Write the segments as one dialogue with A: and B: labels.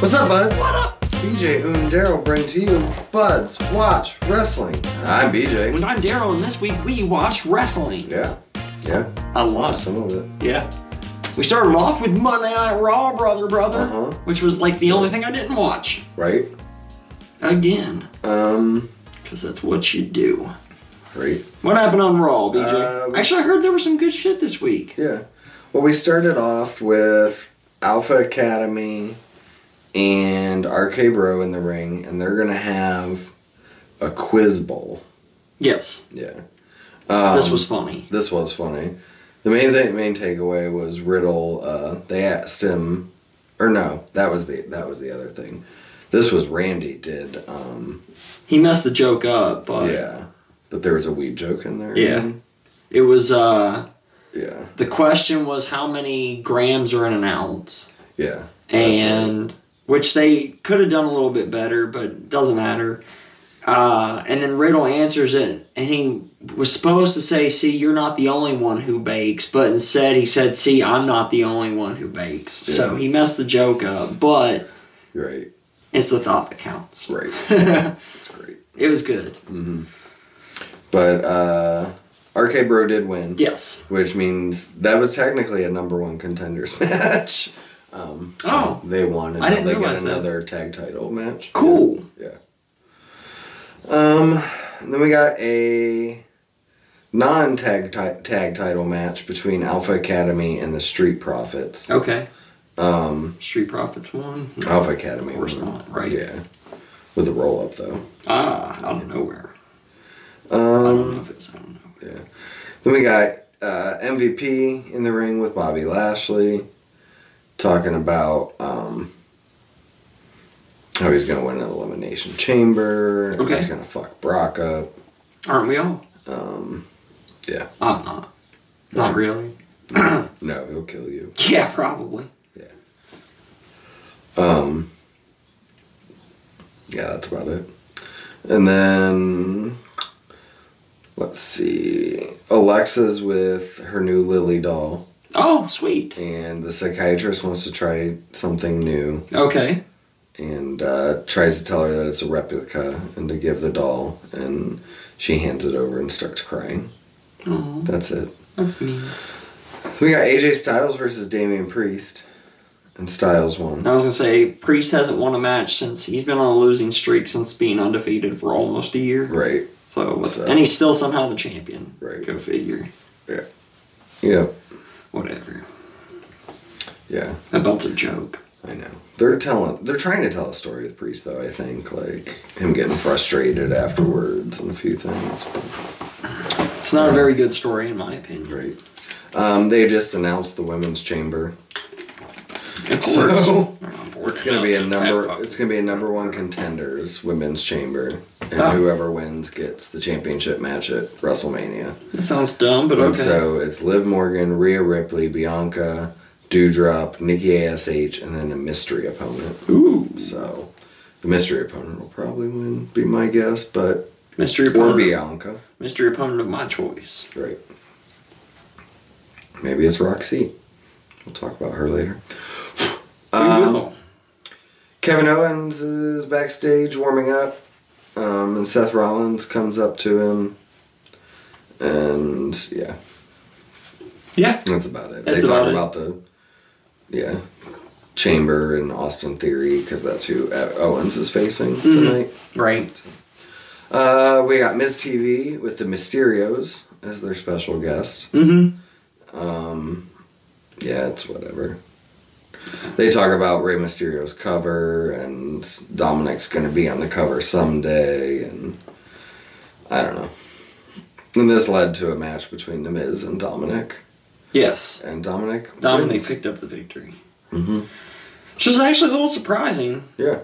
A: What's up, buds? What up? BJ and Daryl bring to you Buds Watch Wrestling. I'm BJ.
B: And I'm Daryl, and this week we watched wrestling.
A: Yeah, yeah,
B: I love
A: some of it.
B: Yeah. We started off with Monday Night Raw, brother, brother,
A: Uh-huh.
B: which was like the only thing I didn't watch.
A: Right?
B: Again,
A: Um,
B: because that's what you do.
A: great.
B: What happened on Raw, BJ?
A: Uh, we-
B: Actually, I heard there was some good shit this week.
A: Yeah. Well, we started off with Alpha Academy and RK Bro in the ring, and they're gonna have a quiz bowl.
B: Yes,
A: Yeah. Um,
B: this was funny.
A: This was funny. The main thing, main takeaway was Riddle. Uh, they asked him, or no, that was the that was the other thing. This was Randy did. Um,
B: He messed the joke up, but
A: yeah, but there was a weed joke in there.
B: Oh, Yeah.
A: man.
B: it was, uh,
A: yeah,
B: the question was how many grams are in an ounce?
A: yeah. That's right.
B: and which they could have done a little bit better, but doesn't matter. Uh, and then Riddle answers it, and he was supposed to say, "See, you're not the only one who bakes," but instead he said, "See, I'm not the only one who bakes." So
A: Yeah.
B: he messed the joke up, but
A: right,
B: it's the thought that counts.
A: right. That's great.
B: It was good.
A: But uh, RK Bro did win.
B: Yes.
A: Which means that was technically a number one contenders match. Um, so
B: Oh.
A: they won, and
B: I didn't
A: now they
B: realize
A: get
B: that.
A: another tag title match.
B: Cool.
A: Yeah. Um, and then we got a non-tag ti- tag title match between Alpha Academy and the Street Profits.
B: Okay. Um, Street Profits won.
A: Alpha Academy,
B: Of course
A: won.
B: not, right?
A: Yeah, with a roll up though.
B: Ah, out of nowhere. I
A: Um,
B: don't know if it's. I don't know.
A: yeah. Then we got uh, MVP in the ring with Bobby Lashley, talking about um, how he's gonna win an elimination chamber. and
B: Okay.
A: He's gonna fuck Brock up.
B: Aren't we all?
A: Um, yeah.
B: I'm not. Not really.
A: No, he'll kill you.
B: Yeah, probably.
A: Yeah. Um. Yeah, that's about it. And then let's see. Alexa's with her new Lily doll,
B: Oh, sweet.
A: and the psychiatrist wants to try something new,
B: Okay.
A: and uh, tries to tell her that it's a replica, and to give the doll, and she hands it over and starts crying.
B: Oh,
A: That's it.
B: that's mean.
A: We got AJ Styles versus Damian Priest, and Styles won.
B: I was gonna say Priest hasn't won a match since he's been on a losing streak since being undefeated for almost a year.
A: Right.
B: So,
A: So-
B: and he's still somehow the champion.
A: Right.
B: Go figure.
A: Yeah. Yeah.
B: Whatever.
A: Yeah.
B: That belt's a joke.
A: I know. They're telling. They're trying to tell a story with Priest, though. I think like him getting frustrated afterwards and a few things. But,
B: It's not a very good story in my opinion.
A: right. Um, they just announced the women's chamber.
B: Of course.
A: So
B: They're on board
A: it's gonna be a
B: enough.
A: number.
B: Fat
A: It's gonna be a number one contenders women's chamber, and
B: Oh.
A: whoever wins gets the championship match at WrestleMania.
B: fuck. That sounds dumb, but okay.
A: And so it's Liv Morgan, Rhea Ripley, Bianca, Dewdrop, Nikki Ash, and then a mystery opponent.
B: Ooh.
A: So the mystery opponent will probably win, be my guess, but
B: Mystery
A: or
B: opponent.
A: Bianca.
B: Mystery opponent of my choice.
A: Right. Maybe it's Roxy. We'll talk about her later. Um,
B: we will.
A: Kevin Owens is backstage warming up, um, and Seth Rollins comes up to him, and yeah,
B: Yeah.
A: that's about it.
B: That's
A: they talk
B: about it.
A: about the yeah chamber and Austin Theory because that's who uh, Owens is facing
B: Mm-hmm.
A: tonight.
B: Right.
A: Uh, we got Ms. TV with the Mysterios as their special guest.
B: Mm-hmm.
A: Yeah, it's whatever. They talk about Rey Mysterio's cover and Dominic's gonna be on the cover someday, and I don't know. And this led to a match between The Miz and Dominic,
B: Yes.
A: and Dominic.
B: Dominic
A: wins.
B: picked up the victory,
A: Mhm.
B: which is actually a little surprising.
A: Yeah,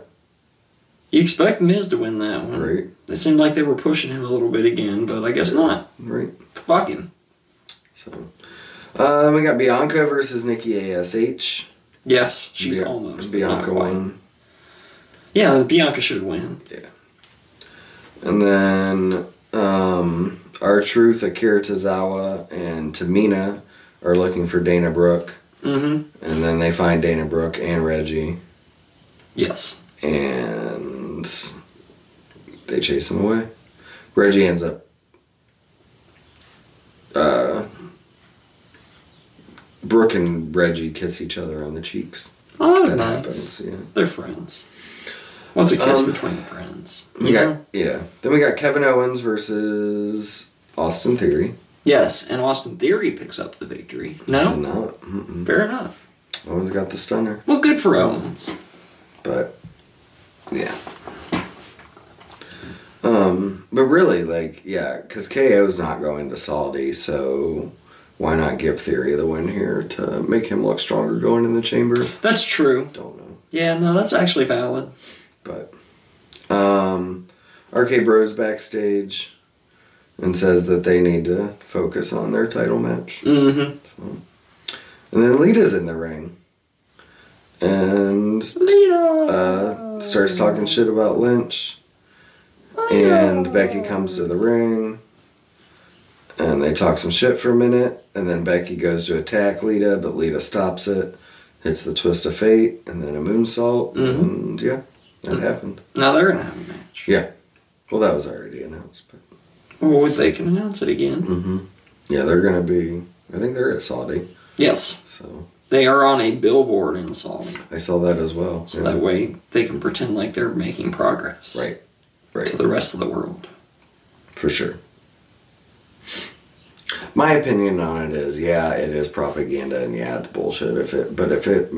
B: You expect Miz to win that one.
A: right,
B: It seemed like they were pushing him a little bit again, but I guess not.
A: right.
B: Fuck him.
A: So, uh, we got Bianca versus Nikki Ash.
B: Yes, she's
A: Bia-
B: almost. but not
A: Bianca
B: quite.
A: won.
B: Yeah, Bianca should win.
A: Yeah. And then um our truth Akira Tozawa and Tamina are looking for Dana Brooke.
B: Mm-hmm.
A: And then they find Dana Brooke and Reggie.
B: Yes.
A: and they chase him away. Reggie ends up uh, Brooke and Reggie kiss each other on the cheeks.
B: Oh, that was
A: That
B: nice.
A: happens, yeah.
B: They're friends. What's a kiss
A: Um,
B: between friends?
A: We
B: you
A: got
B: know?
A: yeah. Then we got Kevin Owens versus Austin Theory.
B: Yes, and Austin Theory picks up the victory.
A: Did
B: No,
A: not. Mm-mm.
B: fair enough.
A: Owens got the stunner,
B: Well, good for Owens.
A: but yeah. Um, but really, like, yeah, because KO's not going to Salty, so why not give Theory the win here to make him look stronger going in the chamber?
B: That's true.
A: Don't know,
B: Yeah, no, that's actually valid.
A: but um, RK Bros backstage and says that they need to focus on their title match.
B: Mm-hmm.
A: And then Lita's in the ring. And uh, starts talking shit about Lynch. And Becky comes to the ring. And they talk some shit for a minute. And then Becky goes to attack Lita, but Lita stops it. Hits the twist of fate. And then a moonsault.
B: Mhm.
A: And yeah, that
B: Mm-hmm.
A: happened.
B: Now they're gonna have a match.
A: Yeah. Well, that was already announced. But,
B: Well, they can announce it again.
A: hmm Yeah, they're going to be. I think they're at Saudi.
B: Yes,
A: So
B: they are on a billboard in Salt,
A: I saw that as well.
B: so
A: Yeah.
B: that way they can pretend like they're making progress.
A: Right. Right.
B: To the rest of the world.
A: For sure. My opinion on it is, yeah, it is propaganda, and yeah, it's bullshit. If it, but if it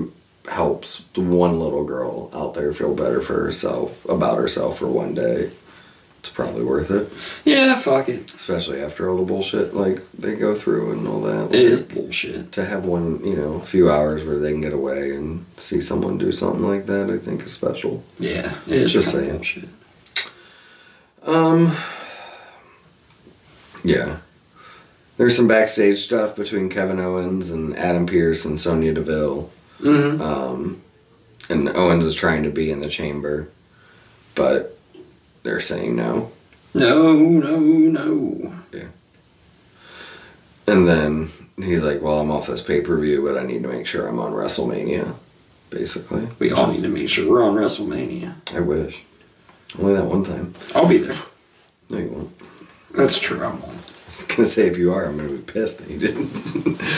A: helps the one little girl out there feel better for herself about herself for one day, it's probably worth it.
B: Yeah, fuck it.
A: Especially after all the bullshit like they go through and all that.
B: It is
A: like,
B: bullshit.
A: to have one, you know, a few hours where they can get away and see someone do something like that. I think is special.
B: Yeah, it is
A: Just
B: just
A: saying.
B: bullshit.
A: Um. Yeah. There's some backstage stuff between Kevin Owens and Adam Pierce and Sonya Deville.
B: Mm-hmm.
A: Um, and Owens is trying to be in the chamber, but they're saying no.
B: No, no, no.
A: And then he's like, "Well, I'm off this pay per view, but I need to make sure I'm on WrestleMania." Basically,
B: We all need to make sure we're on WrestleMania.
A: I wish. Only that one time.
B: I'll be there.
A: No, you won't.
B: That's true. I won't.
A: I was gonna say if you are, I'm gonna be pissed that you didn't.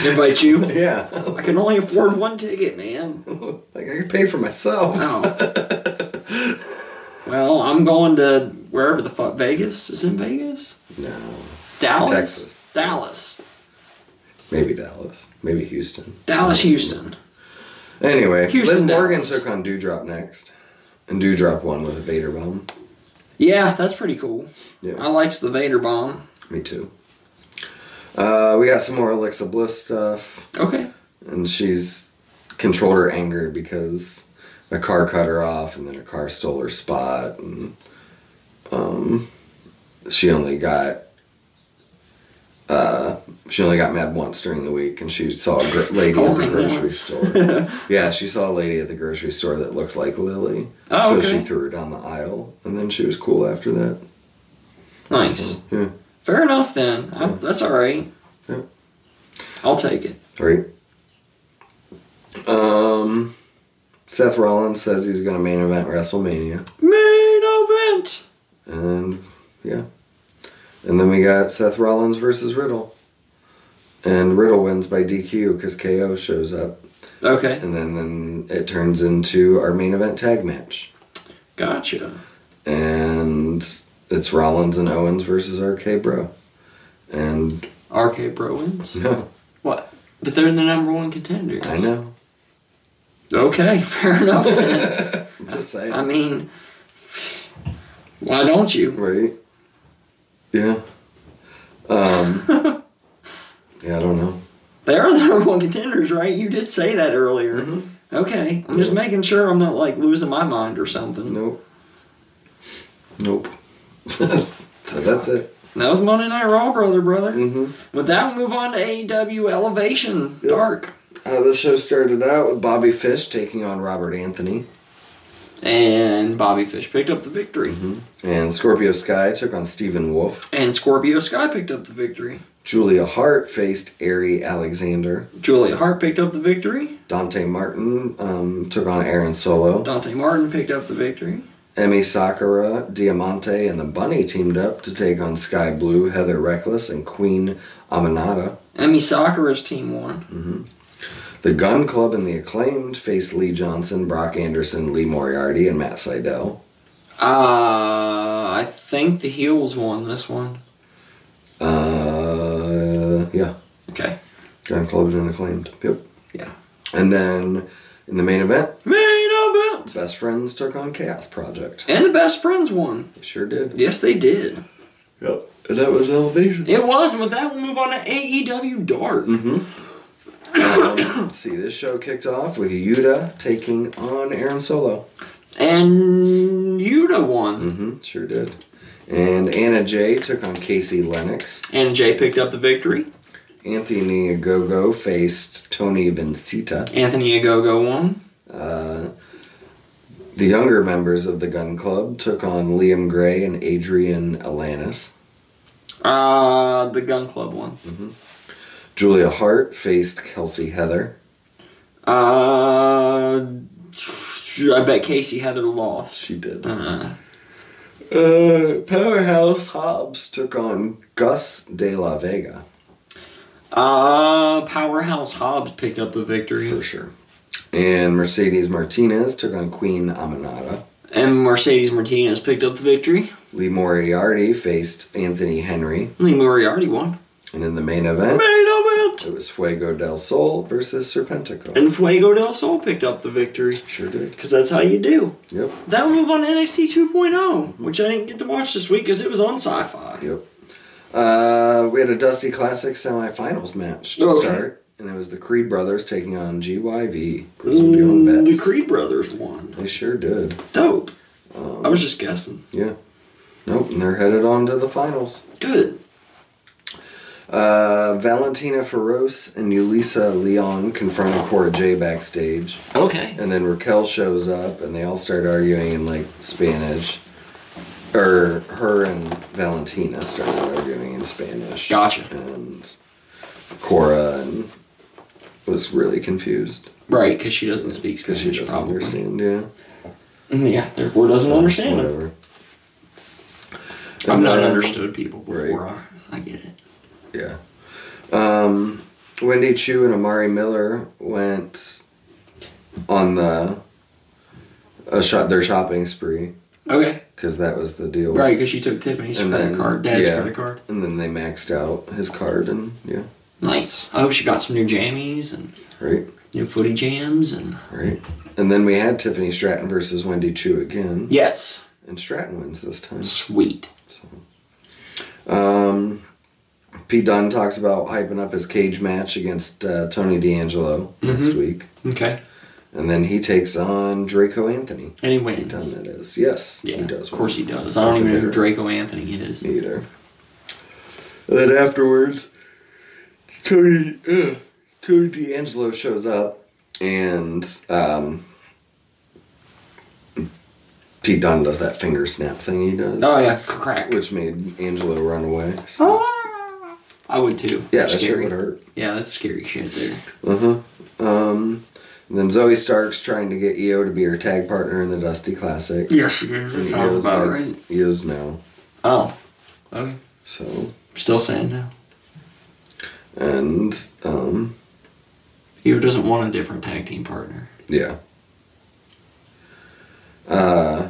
B: Invite you.
A: yeah.
B: I can only afford one ticket, man.
A: Like I could pay for myself.
B: Wow. well, I'm going to wherever the fuck Vegas is in Vegas.
A: No.
B: Dallas,
A: Texas.
B: Dallas,
A: Maybe Dallas. Maybe Houston.
B: Dallas, Houston.
A: Anyway,
B: Houston,
A: Liv Morgan
B: Dallas.
A: took on Dewdrop next. And Dewdrop won with a Vader bomb.
B: Yeah, that's pretty cool.
A: Yeah.
B: I likes the Vader bomb.
A: Me too. Uh, we got some more Alexa Bliss stuff.
B: Okay.
A: And she's controlled her anger because a car cut her off and then a car stole her spot. And um, she only got. Uh, she only got mad once during the week, and she saw a gr- lady at
B: Only
A: the grocery
B: once.
A: store. Yeah, she saw a lady at the grocery store that looked like Lily.
B: Oh,
A: So
B: okay.
A: she threw her down the aisle, and then she was cool after that.
B: nice.
A: Yeah.
B: Fair enough then. i that's all right.
A: Yeah.
B: I'll take it.
A: All right. Um, Seth Rollins says he's going to main event WrestleMania.
B: Main event.
A: And yeah. And then we got Seth Rollins versus Riddle. And Riddle wins by DQ because KO shows up.
B: Okay.
A: And then, then it turns into our main event tag match.
B: Gotcha.
A: and it's Rollins and Owens versus RK Bro. And
B: RK Bro wins.
A: no,
B: What? But they're the number one contender.
A: I know.
B: Okay, fair enough. then.
A: I'm just saying.
B: I mean, why don't you?
A: right? Yeah. Um. yeah, I don't know.
B: They are the number one contenders, right? You did say that earlier.
A: Mm-hmm.
B: Okay, I'm just making sure I'm not like losing my mind or something.
A: Nope. Nope. so that's it.
B: That was Monday Night Raw, brother, brother.
A: Mm-hmm.
B: With that, we move on to AEW Elevation
A: Yep.
B: Dark,
A: Uh, the show started out with Bobby Fish taking on Robert Anthony,
B: and Bobby Fish picked up the victory,
A: Mm-hmm. and Scorpio Sky took on Stephen Wolf.
B: and Scorpio Sky picked up the victory.
A: Julia Hart faced Ari Alexander.
B: Julia Hart picked up the victory.
A: Dante Martin um, took on Aaron Solo.
B: Dante Martin picked up the victory.
A: Emmy Sakura, Diamante, and the Bunny teamed up to take on Sky Blue, Heather Reckless, and Queen Aminata.
B: Emmy Sakura's team won.
A: The Gun Club and the Acclaimed faced Lee Johnson, Brock Anderson, Lee Moriarty, and Matt Seidel.
B: Uh, I think the heels won this one.
A: Uh, yeah,
B: Okay.
A: Gun Club and Acclaimed. Yep.
B: Yeah.
A: And then in the main event,
B: Main event.
A: Best Friends took on Chaos Project.
B: And the best friends won.
A: They sure did.
B: Yes, they did.
A: Yep. And that was Elevation.
B: It was, and with that, we'll move on to AEW Dark.
A: Mm. Mm-hmm. Um, let's see, this show kicked off with Yuta taking on Aaron Solo.
B: And Yuta won.
A: Mm-hmm, sure did. And Anna Jay took on Casey Lennox.
B: And Jay picked up the victory.
A: Anthony Agogo faced Tony Vincita.
B: Anthony Agogo won.
A: Uh, the younger members of the Gun Club took on Liam Gray and Adrian Alanis.
B: Uh, the Gun Club won.
A: Julia Hart faced Kelsey Heather.
B: Uh, I bet Casey Heather lost.
A: She did.
B: Uh,
A: Uh, Powerhouse Hobbs took on Gus De La Vega.
B: uh, Powerhouse Hobbs picked up the victory.
A: For sure. And Mercedes Martinez took on Queen Aminata.
B: And Mercedes Martinez picked up the victory.
A: Lee Moriarty faced Anthony Henry.
B: Lee Moriarty won.
A: And in the main event,
B: Main event!
A: it was Fuego del Sol versus Serpentico.
B: And Fuego del Sol picked up the victory.
A: Sure did.
B: Because that's how you do.
A: Yep.
B: That'll move on to NXT 2.0, oh, which I didn't get to watch this week because it was on sci fi.
A: Yep. Uh, we had a Dusty Classic semifinals match to
B: Okay.
A: start. And it was the Creed brothers taking on GYV, Grizzled Young Vets.
B: Mm, The Creed Brothers won.
A: They sure did.
B: Dope. I was just guessing.
A: Yeah. Nope, and they're headed on to the finals.
B: Good.
A: Uh, Valentina Feroz and Yulisa Leon confronted Cora J backstage,
B: Okay.
A: and then Raquel shows up, and they all start arguing in like Spanish, or her and Valentina started arguing in Spanish.
B: Gotcha.
A: And Cora and was really confused
B: Right, because she doesn't speak
A: because
B: Spanish.
A: she doesn't
B: probably. Mm,
A: understand. Yeah,
B: Yeah, therefore doesn't understand it.
A: whatever.
B: I'm
A: And
B: not
A: then-
B: understood people before.
A: Right.
B: I, I get it.
A: Yeah. Um, Wendy Chu and Amari Miller went on the a shop their shopping spree
B: Okay.
A: because that was the deal.
B: Right, because she took Tiffany's
A: And
B: credit
A: then-
B: card, Dad's
A: yeah.
B: credit card.
A: And then they maxed out his card and yeah,
B: Nice. I hope she got some new jammies and
A: right,
B: new footy jams and.
A: right. And then we had Tiffany Stratton versus Wendy Chu again,
B: Yes.
A: and Stratton wins this time.
B: Sweet.
A: So, um, Pete Dunne talks about hyping up his cage match against uh, Tony D'Angelo next
B: Mm-hmm.
A: week,
B: Okay.
A: and then he takes on Draco Anthony.
B: And he wins.
A: Done it is. Yes,
B: Yeah,
A: he does.
B: Of course he does. I
A: That's
B: don't even know who
A: better.
B: Draco Anthony is.
A: Either. And then afterwards, Tony uh, Tony D'Angelo shows up, and um, Pete Dunne does that finger snap thing he does,
B: Oh yeah, crack.
A: which made Angelo run away. So,
B: I would too.
A: yeah,
B: Oh, That's
A: that shit
B: scary.
A: would hurt.
B: Yeah, that's scary shit there.
A: Uh huh. Um, and then Zoe Stark's trying to get EO to be her tag partner in the Dusty Classic.
B: Yeah, she is. That
A: And
B: sounds
A: EO's
B: about
A: like,
B: right.
A: EO's no.
B: Oh. Okay.
A: So
B: Still saying no.
A: and um,
B: Io doesn't want a different tag team partner.
A: yeah. Uh,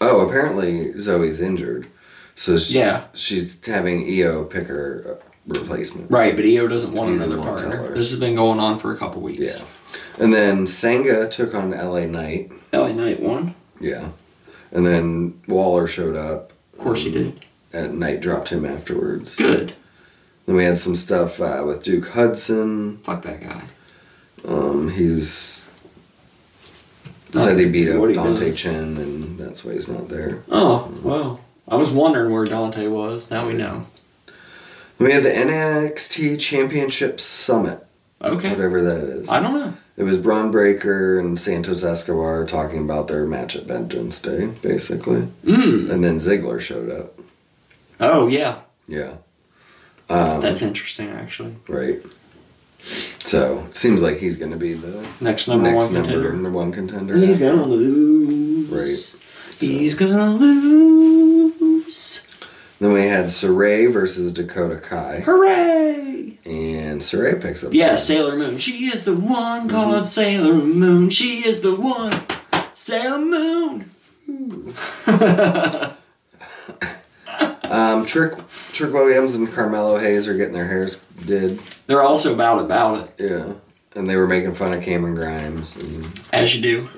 A: oh, apparently Zoe's injured, so she,
B: Yeah.
A: she's having EO pick her replacement.
B: Right, but Io doesn't want
A: He doesn't
B: another
A: want to
B: partner.
A: tell her.
B: This has been going on for a couple weeks.
A: Yeah, and then Sangha took on LA Knight.
B: LA Knight won.
A: Yeah, and then Waller showed up.
B: Of course he did.
A: And Knight dropped him afterwards.
B: Good.
A: Then we had some stuff uh, with Duke Hudson.
B: Fuck that guy.
A: Um, he's
B: Not
A: said he beat up
B: what he
A: Dante
B: does.
A: Chen, and that's why he's not there.
B: Oh, well. I was wondering where Dante was. Now we know.
A: We had the NXT Championship Summit,
B: Okay.
A: whatever that is.
B: I don't know.
A: It was Braun Breaker and Santos Escobar talking about their match at Vengeance Day, basically.
B: Mm.
A: And then Ziggler showed up.
B: Oh, yeah.
A: Yeah,
B: That's interesting, actually.
A: right. So seems like he's going to be the
B: Next number
A: next
B: one
A: number
B: contender.
A: number one contender.
B: And he's gonna lose.
A: Right.
B: He's gonna lose.
A: Then we had Saray versus Dakota Kai,
B: Hooray!
A: and Saray picks up.
B: Yeah, Sailor Moon. She is the
A: Mm-hmm.
B: one called Sailor Moon. She is the one. Sailor Moon.
A: Um, Trick Trick Williams and Carmelo Hayes are getting their hairs did.
B: They're also about about it,
A: Yeah, and they were making fun of Cameron Grimes, and,
B: as you do.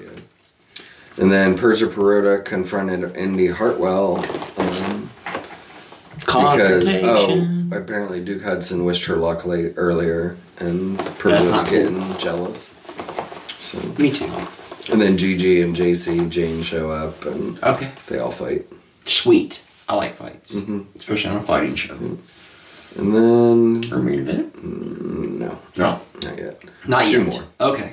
A: and then Persia Perota confronted Indy Hartwell. Um, Because oh,
B: Confrontation.
A: apparently Duke Hudson wished her luck late earlier, and Pearl
B: That's
A: was
B: not cool.
A: getting jealous. So
B: Me too.
A: and then Gigi and JC Jane show up, and
B: Okay.
A: they all fight.
B: Sweet. I like fights,
A: Mm-hmm.
B: especially on a fighting show
A: And then
B: or main event.
A: no,
B: No,
A: not yet.
B: not
A: Two
B: yet.
A: more.
B: Okay.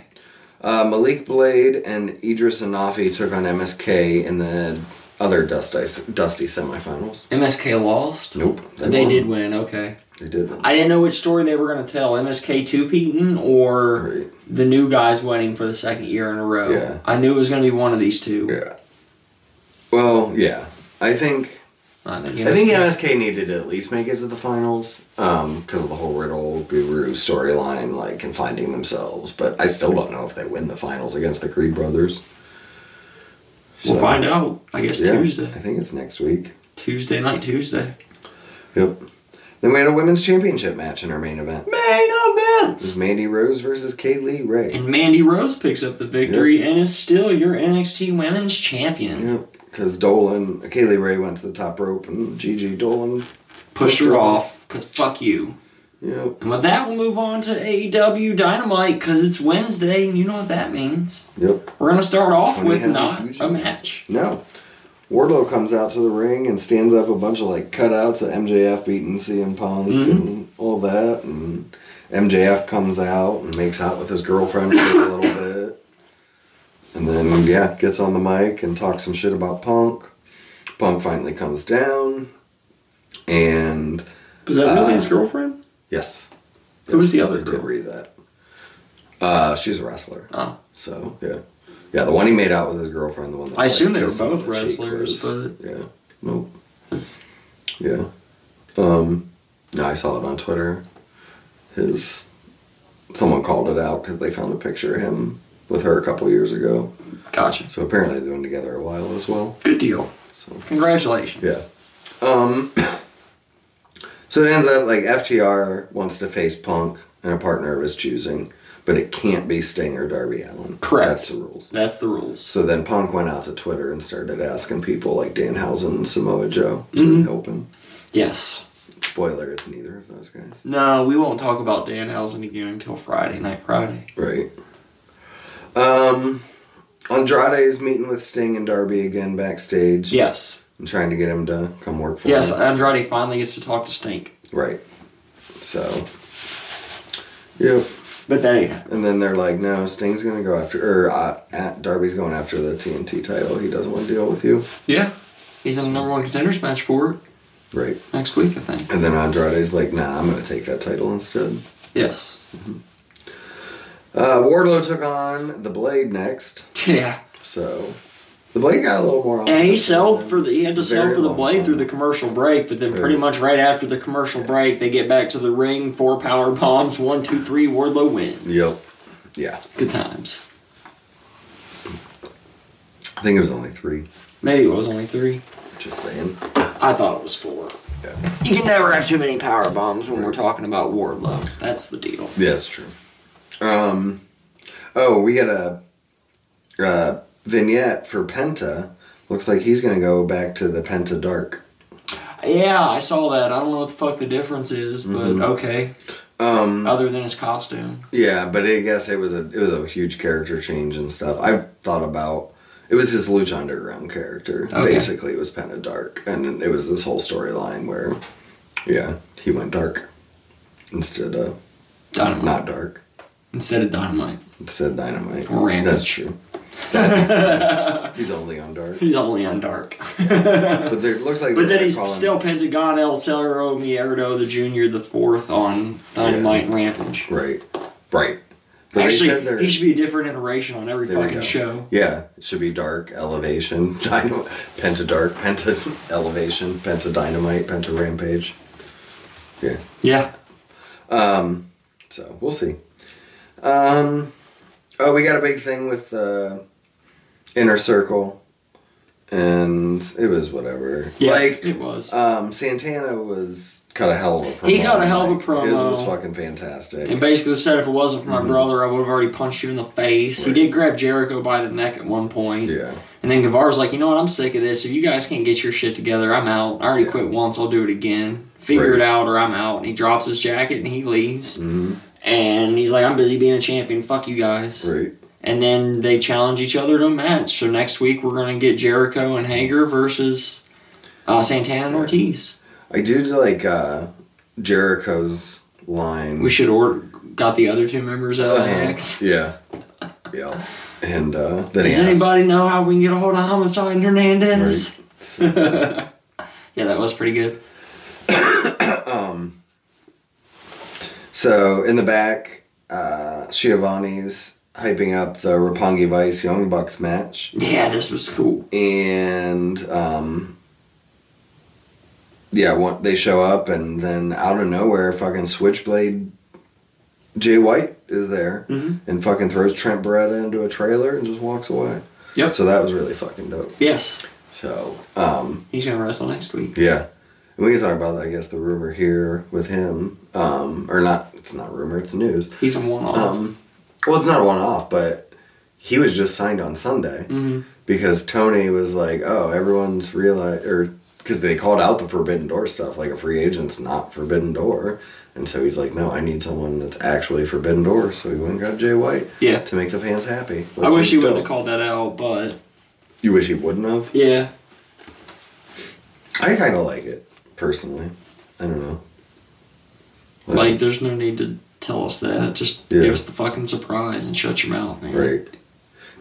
A: Uh, Malik Blade and Idris Anafi took on MSK in the other Dusty Dusty semifinals.
B: MSK lost.
A: Nope,
B: They,
A: won.
B: did win. Okay.
A: They did. Win.
B: I didn't know which story they were going to tell: MSK two Peaton or
A: Right.
B: the new guys winning for the second year in a row.
A: Yeah.
B: I knew it was going to be one of these two.
A: yeah. Well, yeah. I think
B: I think.
A: I think
B: MSK
A: MSK needed to at least make it to the finals because of the whole Riddle Guru storyline, like and finding themselves. But I still don't know if they win the finals against the Creed brothers.
B: We'll
A: So,
B: find out. I guess
A: yeah,
B: Tuesday.
A: I think it's next week.
B: Tuesday night. Tuesday.
A: Yep. Then we had a women's championship match in our main event. It
B: Main
A: was
B: events.
A: Mandy Rose versus Kaylee Ray.
B: And Mandy Rose picks up the victory and is still your NXT Women's Champion.
A: Yep. Because Dolan, Kaylee Ray went to the top rope and Gigi Dolan.
B: pushed her off because fuck you.
A: Yep.
B: And with that, we'll move on to AEW Dynamite because it's Wednesday and you know what that means.
A: Yep.
B: We're going to start off
A: Tony
B: with
A: has a
B: not
A: huge
B: a
A: announcement.
B: match.
A: No. Wardlow comes out to the ring and stands up a bunch of like cutouts of MJF beating CM Punk
B: Mm-hmm.
A: and all that. And MJF comes out and makes out with his girlfriend for a little bit. And then, yeah, gets on the mic and talks some shit about Punk. Punk finally comes down. And,
B: Was that
A: really his
B: girlfriend?
A: yes.
B: Who was the
A: Yes,
B: other
A: I did
B: girl?
A: read that. Uh, she's a wrestler.
B: Oh.
A: So yeah, yeah. The one he made out with his girlfriend. The one that
B: I assume they were
A: kissed him on
B: both
A: the cheek
B: wrestlers,
A: yeah, nope. Yeah, um, no, I saw it on Twitter. His someone called it out because they found a picture of him with her a couple years ago.
B: Gotcha.
A: So apparently they've been together a while as well.
B: Good deal.
A: So
B: Congratulations.
A: yeah. Um, so it ends up like FTR wants to face Punk and a partner of his choosing, but it can't be Sting or Darby Allen.
B: Correct.
A: That's the rules.
B: That's the rules.
A: So then Punk went out to Twitter and started asking people like Danhausen and Samoa Joe to help him.
B: Yes.
A: Spoiler, it's neither of those guys.
B: No, we won't talk about Danhausen again until Friday night. Friday.
A: Right. Um, Andrade is meeting with Sting and Darby again backstage
B: Yes.
A: and trying to get him to come work for
B: Yes,
A: him.
B: Andrade finally gets to talk to Stink.
A: Right. So. Yep.
B: But that ain't happening.
A: And then they're like, no, Sting's going to go after, or uh, at Darby's going after the TNT title. He doesn't want to deal with you.
B: Yeah. He's in the number one contenders match for it
A: Right.
B: next week, I think.
A: And then Andrade's like, nah, I'm going to take that title instead.
B: Yes.
A: Uh, Wardlow took on the Blade next,
B: Yeah.
A: so the Blade got a little more.
B: And he
A: offense
B: sold
A: than-
B: for the he had to sell
A: Very
B: for the
A: long
B: blade
A: time.
B: through the commercial break, but then pretty
A: Very.
B: much right after the commercial break, they get back to the ring, four power bombs, one, two, three, Wardlow wins.
A: Yep. Yeah,
B: Good times.
A: I think it was only three.
B: Maybe it was only three.
A: Just saying.
B: I thought it was four.
A: Yeah,
B: You can never have too many power bombs when we're talking about Wardlow. That's the deal.
A: yeah, that's true. Um, oh, we got a uh, vignette for Penta. Looks like he's gonna go back to the Penta Dark.
B: Yeah, I saw that. I don't know what the fuck the difference is, but okay.
A: Mm-hmm. Um,
B: Other than his costume.
A: yeah, but I guess it was a it was a huge character change and stuff. I've thought about. It was his Lucha Underground character.
B: Okay.
A: Basically, it was Penta Dark, and it was this whole storyline where, yeah, he went dark instead of
B: Dynamite.
A: not dark
B: Instead of dynamite.
A: instead of dynamite.
B: Random.
A: That's true. That- he's only on dark,
B: He's only on dark.
A: but there it looks like.
B: But
A: they're
B: then he's
A: calling-
B: still Pentagon, El Cerro, Mierdo, the Junior, the Fourth on Dynamite and Rampage.
A: right. Right. But they said
B: Actually,
A: they're-
B: he should be a different iteration on every
A: There we
B: fucking
A: go.
B: show.
A: Yeah, it should be dark elevation, dynamo, pentadark, penta elevation, penta dynamite, penta rampage. Yeah,
B: Yeah.
A: so we'll see. Um, oh, we got a big thing with uh, inner circle, and it was whatever.
B: Yeah,
A: like
B: it was.
A: um, Santana was cut a hell of a promo.
B: He cut a hell of a
A: His was
B: promo.
A: fucking fantastic.
B: and basically said if it wasn't for my brother, I would have already punched you in the face.
A: Mm-hmm. Right.
B: He did grab Jericho by the neck at one point.
A: yeah,
B: And then Guevara's like, you know what? I'm sick of this. If you guys can't get your shit together, I'm out. I already
A: Yeah.
B: quit once. I'll do it again. Figure
A: Right.
B: it out or I'm out. And he drops his jacket and he leaves.
A: Mhm.
B: And he's like, I'm busy being a champion. Fuck you guys.
A: right.
B: And then they challenge each other to a match. So next week we're going to get Jericho and Hager versus uh, Santana and Ortiz.
A: I did like uh, Jericho's line.
B: We should order got the other two members of
A: Uh-huh.
B: NXT.
A: Yeah. Yeah. And uh, then
B: Does
A: he asked,
B: anybody know how we can get a hold of Homicide and Hernandez? Yeah, that was pretty good.
A: So in the back, uh, Schiavone's hyping up the Rapongi Vice Young Bucks match.
B: Yeah, this was cool.
A: And um, yeah, one, they show up, and then out of nowhere, fucking Switchblade Jay White is there
B: Mhm.
A: and fucking throws Trent Beretta into a trailer and just walks away.
B: Yep.
A: So that was really fucking dope.
B: Yes.
A: So, um,
B: He's gonna wrestle next week.
A: Yeah. And we can talk about, I guess, the rumor here with him. Um, or not, it's not rumor, it's news.
B: He's a one-off.
A: Um, well, it's not a one off, but he was just signed on Sunday
B: Mm-hmm.
A: because Tony was like, oh, everyone's realized, or because they called out the Forbidden Door stuff, like a free agent's not Forbidden Door. And so he's like, no, I need someone that's actually Forbidden Door. So he went and got Jay White
B: Yeah.
A: to make the fans happy. which
B: I wish
A: is
B: he wouldn't
A: dope.
B: have called that out, but
A: You wish he wouldn't have?
B: yeah,
A: I kind of like it, personally. I don't know.
B: like there's no need to tell us that. Just
A: Yeah.
B: give us the fucking surprise and shut your mouth, man.
A: Right.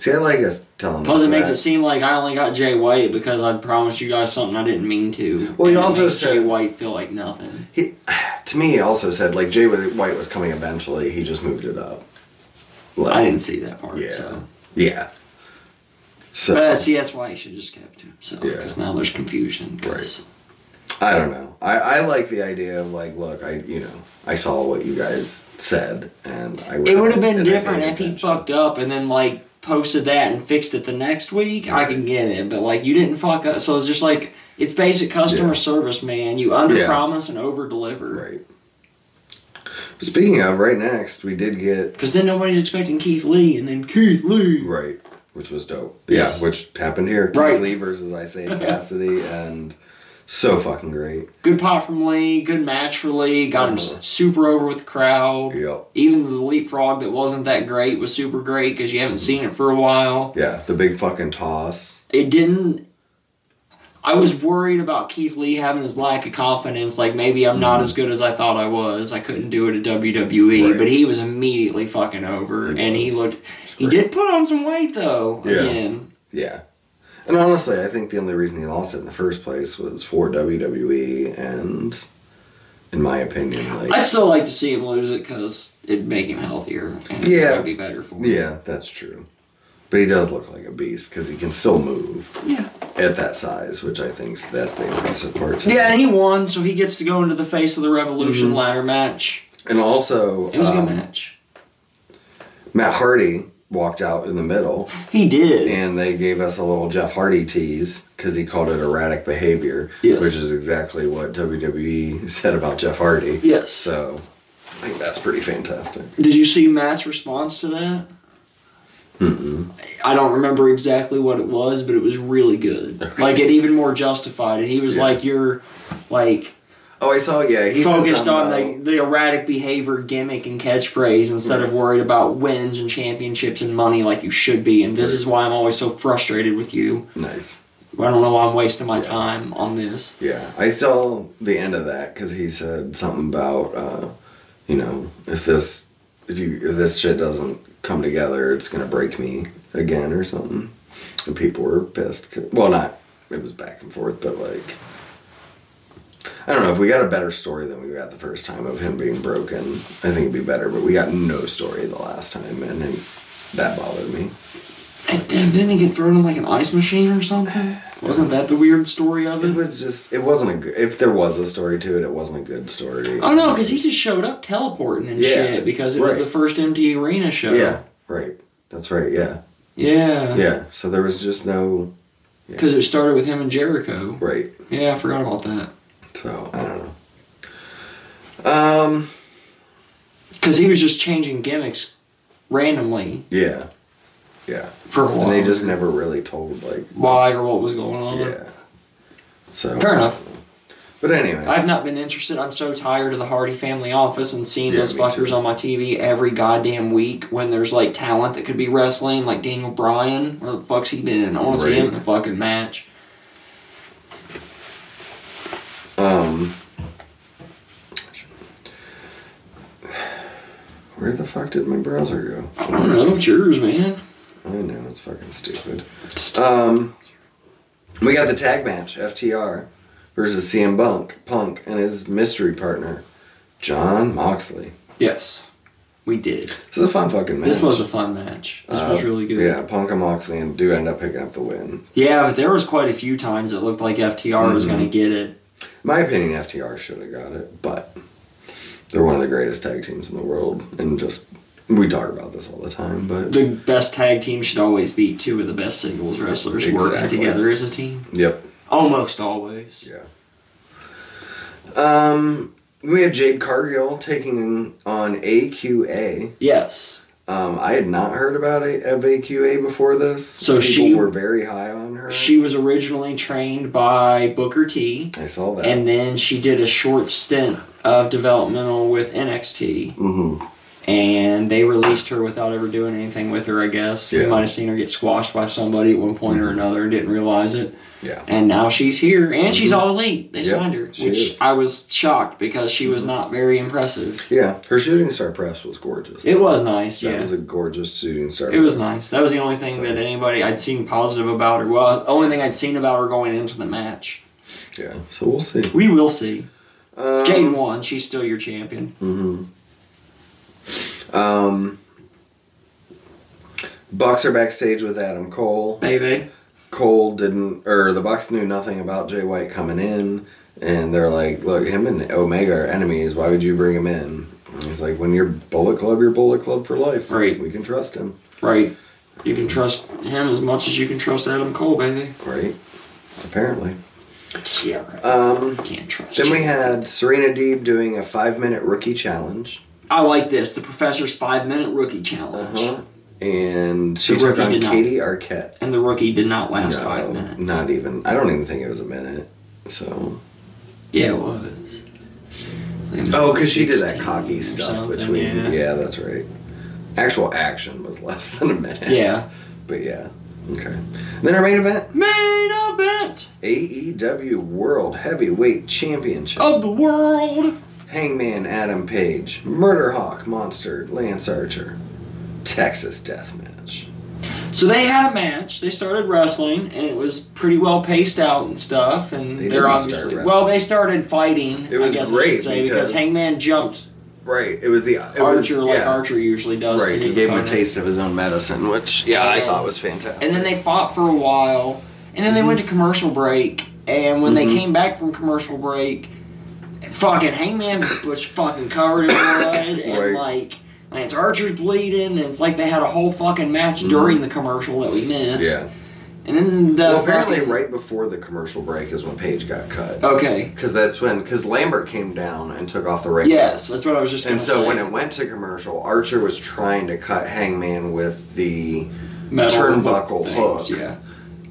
A: See, I like us telling
B: Plus,
A: us
B: it makes
A: that.
B: it seem like I only got Jay White because I promised you guys something I didn't mean to.
A: Well, you
B: And it
A: also
B: makes Jay
A: said-
B: White feel like nothing.
A: He, to me, he also said like Jay White was coming eventually. He just moved it up. Like,
B: I didn't see that part.
A: Yeah.
B: So,
A: Yeah. So
B: but see, that's why he should just kept to himself
A: Yeah.
B: because now there's confusion. 'cause-
A: I don't know. I, I like the idea of like, look, I you know, I saw what you guys said, and I.
B: It would
A: and
B: have been
A: I paid
B: different if he
A: attention.
B: fucked up and then like posted that and fixed it the next week. I can get it, but like you didn't fuck up, so it's just like it's basic customer
A: Yeah.
B: service, man. You under promise and over deliver.
A: Right. Speaking of, right next we did get
B: Because then nobody's expecting Keith Lee, and then Keith Lee.
A: right, which was dope.
B: Yes.
A: Yeah, which happened here.
B: Right.
A: Keith Lee versus Isaiah Cassidy, and so fucking great.
B: Good pop from Lee. Good match for Lee. Got him s-
A: Uh-huh.
B: super over with the crowd.
A: Yep.
B: Even the leapfrog that wasn't that great was super great because you haven't seen it for a while.
A: Yeah, the big fucking toss.
B: it didn't I was worried about Keith Lee having his lack of confidence, like maybe I'm not as good as I thought I was. I couldn't do it at WWE,
A: Mm-hmm. Right.
B: but he was immediately fucking over
A: He
B: and he
A: was.
B: looked
A: It's
B: he
A: great.
B: did put on some weight though
A: Yeah.
B: again.
A: Yeah. And honestly, I think the only reason he lost it in the first place was for WWE, and in my opinion, like,
B: I'd still like to see him lose it because it'd make him healthier and
A: Yeah.
B: it'd be better for him.
A: yeah, that's true. But he does look like a beast because he can still move
B: Yeah.
A: at that size, which I think's that's the impressive part. to
B: Yeah,
A: it.
B: and he won, so he gets to go into the face of the Revolution ladder match.
A: and also
B: It was a good
A: Mm-hmm. um,
B: match.
A: Matt Hardy walked out in the middle,
B: He did.
A: and they gave us a little Jeff Hardy tease because he called it erratic behavior,
B: Yes.
A: which is exactly what WWE said about Jeff Hardy.
B: Yes.
A: So I think that's pretty fantastic.
B: Did you see Matt's response to that? I don't remember exactly what it was, but it was really good. Like it even more justified it. He was
A: Yeah.
B: like, "You're like
A: Oh, I saw. Yeah, he said
B: focused on
A: something
B: the, the erratic behavior gimmick and catchphrase instead of worried about wins and championships and money like you should be." And this is why I'm always so frustrated with you.
A: about- nice.
B: I don't know why I'm wasting my time on this.
A: Yeah, I saw the end of that because he said something about, uh, you know, if this, if you, if this shit doesn't come together, it's gonna break me again or something. And people were pissed. 'cause- well, not. It was back and forth, but like, I don't know if we got a better story than we got the first time of him being broken. I think it'd be better, but we got no story the last time, and it, that bothered me.
B: And then- didn't he get thrown in like an ice machine or something? Wasn't that the weird story of
A: It
B: it?
A: was just it wasn't a good. If there was a story to it, it wasn't a good story.
B: Oh no, because he just showed up teleporting and
A: Yeah,
B: shit because it was
A: right.
B: the first empty arena show.
A: Yeah, right. That's right. Yeah,
B: Yeah.
A: yeah. So there was just no
B: Because it started with him and Jericho.
A: right.
B: Yeah, I forgot about that.
A: So I don't know. Um.
B: Because he was just changing gimmicks randomly
A: Yeah. Yeah.
B: for a while.
A: And they just never really told like.
B: why or what was going on.
A: Yeah. So
B: Fair enough.
A: But anyway.
B: I've not been interested. I'm so tired of the Hardy family office and seeing
A: Yeah,
B: those
A: me
B: fuckers
A: too.
B: on my TV every goddamn week when there's like talent that could be wrestling, like Daniel Bryan. Where the fuck's he been? I want to see him in a
A: Right.
B: fucking match.
A: Um, where the fuck did my browser
B: I don't know. It's yours, man.
A: go? I know it's fucking stupid. Um, we got the tag match: FTR versus CM Punk, Punk and his mystery partner, John Moxley.
B: Yes, we did.
A: This is a fun fucking match.
B: This was a fun match. This was
A: Uh,
B: really good.
A: Yeah, Punk and Moxley and do end up picking up the win.
B: Yeah, but there was quite a few times it looked like FTR was
A: Mm-hmm.
B: going to get it.
A: My opinion, FTR should have got it, but they're one of the greatest tag teams in the world, and just we talk about this all the time, but
B: The best tag team should always be two of the best singles wrestlers working
A: Exactly.
B: together as a team.
A: yep.
B: Almost always.
A: Yeah. Um, we had Jade Cargill taking on AQA.
B: Yes.
A: Um, I had not heard about a, of AQA before this.
B: So
A: People
B: she-
A: were very high on her.
B: She was originally trained by Booker T,
A: I saw that.
B: and then she did a short stint of developmental with NXT,
A: mm-hmm.
B: and they released her without ever doing anything with her, I guess.
A: Yeah. Mm-hmm.
B: You might have seen her get squashed by somebody at one point or another and didn't realize it.
A: Yeah.
B: And now she's here, and she's all elite. They
A: Mm-hmm. Yep,
B: signed her,
A: she
B: which
A: is. Mm-hmm.
B: I was shocked because she was not very impressive.
A: Yeah. Her shooting star press was gorgeous.
B: It was nice,
A: That
B: yeah.
A: was a gorgeous shooting star.
B: It was
A: press.
B: nice. That was the only thing that anybody I'd seen positive about her. Well, the only thing I'd seen about her going into the match.
A: Yeah. So we'll see.
B: We will see.
A: Um, Mm-hmm.
B: Jade won. She's still your champion.
A: Um, Bucks are backstage with Adam Cole.
B: Baby.
A: Cole didn't, or the Bucks knew nothing about Jay White coming in, and they're like, "Look, him and Omega are enemies. Why would you bring him in?" And he's like, "When you're Bullet Club, you're Bullet Club for life.
B: Right.
A: We can trust him.
B: Right. You can trust him as much as you can trust Adam Cole, baby.
A: Right? Apparently.
B: Yeah, right.
A: Um,
B: Can't trust
A: then
B: you.
A: we had Serena Deeb doing a five-minute rookie challenge,
B: I like this. The Professor's Five Minute Rookie Challenge.
A: uh-huh. and she
B: The
A: took
B: rookie
A: on
B: did not.
A: Katie Arquette.
B: And the rookie did not last five
A: No,
B: minutes.
A: not even. I don't even think it was a minute. So
B: Yeah, it was.
A: Oh, because she did that
B: 16
A: cocky
B: or
A: stuff
B: something,
A: between. Yeah.
B: Yeah.
A: that's right. Actual action was less than a minute.
B: Yeah.
A: But yeah. Okay. And then our main event
B: Main event
A: AEW World Heavyweight Championship.
B: of the world.
A: Hangman Adam Page, Murder Hawk Monster, Lance Archer, Texas Deathmatch.
B: So they had a match. They started wrestling, and it was pretty well paced out and stuff. And
A: They
B: they are
A: didn't
B: obviously
A: start
B: well.
A: wrestling.
B: They started fighting.
A: It was
B: I guess I
A: great
B: should say because,
A: because-
B: Hangman jumped
A: Right. It was the it
B: Archer
A: was,
B: like
A: yeah,
B: Archer usually does. to
A: Right. He
B: his
A: gave him a
B: opponent.
A: taste of his own medicine, which yeah, I thought was fantastic.
B: And then they fought for a while, and
A: Mm-hmm.
B: then they went to commercial break. And when they came back from commercial break, fucking Hangman was fucking covered in blood, and
A: Right.
B: like Lance Archer's bleeding, and it's like they had a whole fucking match during the commercial that we missed.
A: Mm-hmm. yeah.
B: And then the
A: well, apparently,
B: fucking-
A: right before the commercial break is when Page got cut.
B: Okay.
A: Because that's when, because Lambert came down and took off the ring.
B: Yes, that's what I was just.
A: And
B: gonna
A: so
B: say.
A: when it went to commercial, Archer was trying to cut Hangman with the,
B: Metal
A: turnbuckle
B: things,
A: hook.
B: yeah,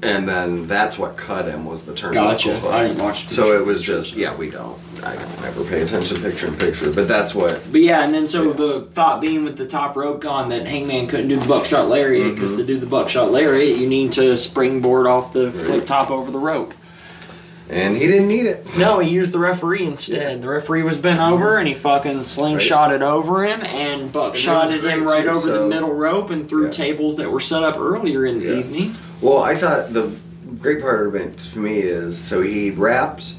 A: and then that's what cut him was the turnbuckle
B: gotcha.
A: hook.
B: I didn't watch. the
A: so it was just yeah, we don't. I don't ever pay attention picture in picture, but that's what.
B: But yeah, and then so the thought being with the top rope gone that Hangman couldn't do the buckshot lariat
A: Mm-hmm.
B: because to do the buckshot lariat you need to springboard off the flip top over the rope.
A: And he didn't need it.
B: No, he used the referee instead. The referee was bent
A: Mm-hmm.
B: over and he fucking slingshotted over him and buckshotted
A: great,
B: him right
A: too,
B: over
A: so-
B: the middle rope and through
A: Yeah.
B: tables that were set up earlier in the
A: Yeah.
B: evening.
A: Well, I thought the great part of it to me is so he wrapped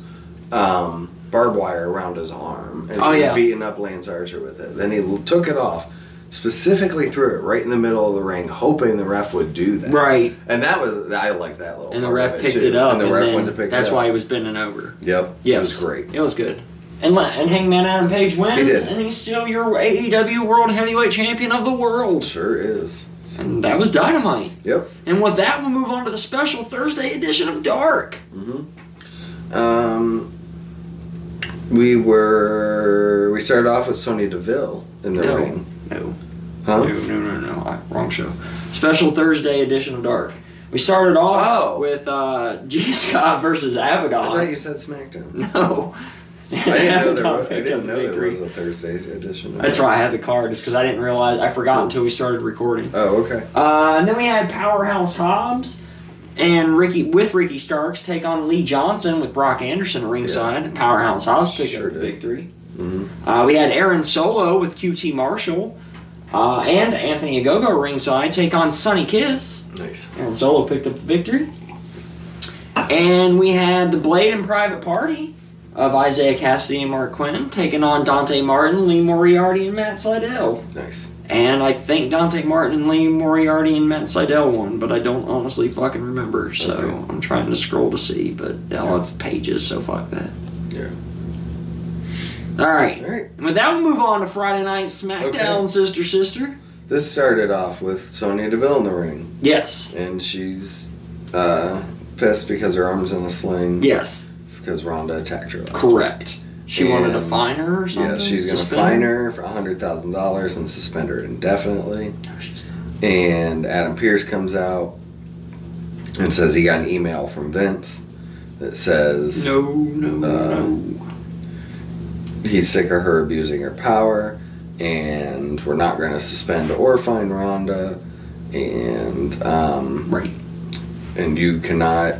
A: um, barbed wire around his arm, and
B: Oh,
A: he was
B: yeah.
A: beating up Lance Archer with it. Then he l- took it off, specifically threw it right in the middle of the ring, hoping the ref would do that.
B: Right.
A: And that was I like that little.
B: And the
A: part
B: ref
A: of
B: picked
A: too.
B: it up.
A: and the ref went to pick
B: That's
A: it up.
B: why he was bending over.
A: Yep.
B: Yes.
A: It was great.
B: It was good. And, la- and Hangman Adam Page wins,
A: He did.
B: and he's still your AEW World Heavyweight Champion of the world.
A: Sure is.
B: And that was Dynamite.
A: Yep.
B: And with that, we'll move on to the special Thursday edition of Dark.
A: Um, we were we started off with Sonya Deville in the
B: No.
A: ring,
B: No,
A: huh?
B: no, no, no, no. I- Wrong show. Special Thursday edition of Dark. We started off
A: Oh.
B: with uh, G. Scott versus
A: I thought
B: Abaddon.
A: you said SmackDown.
B: No.
A: I didn't know there
B: Abaddon
A: was. I
B: picked up
A: didn't
B: the
A: know there
B: victory.
A: was a Thursday edition. of
B: That's
A: it.
B: why I had the card. It's because I didn't realize. I forgot until we started recording.
A: Oh, okay.
B: Uh, and then we had Powerhouse Hobbs and Ricky with Ricky Starks take on Lee Johnson with Brock Anderson at ringside. Powerhouse Hobbs picked
A: Sure
B: up the
A: did.
B: victory.
A: Mhm.
B: Uh, we had Aaron Solo with QT Marshall uh, and Anthony Agogo ringside take on Sonny Kiss.
A: Nice.
B: Aaron Solo picked up the victory. And we had the Blade and Private Party of Isaiah Cassidy and Mark Quinn taking on Dante Martin, Lee Moriarty, and Matt Slidell.
A: Nice.
B: And I think Dante Martin and Lee Moriarty and Matt Seidel won, but I don't honestly fucking remember. So
A: Okay.
B: I'm trying to scroll to see, but oh, it's pages, so fuck that.
A: Yeah.
B: All right.
A: All right.
B: And with that, we'll move on to Friday Night SmackDown,
A: Okay.
B: Sister Sister.
A: This started off with Sonya Deville in the ring,
B: Yes.
A: and she's uh, pissed because her arm's in a sling.
B: Yes.
A: Because Ronda attacked her. Last
B: Correct. She wanted to
A: And-
B: fine her or something?
A: Yeah, she's gonna
B: Suspend
A: fine her for hundred thousand dollars and suspend her indefinitely.
B: No, Oh, she's
A: And Adam Pierce comes out and says he got an email from Vince that says
B: No, no,
A: Uh,
B: no.
A: he's sick of her abusing her power, and we're not gonna suspend or fine Rhonda, and um,
B: Right.
A: and you cannot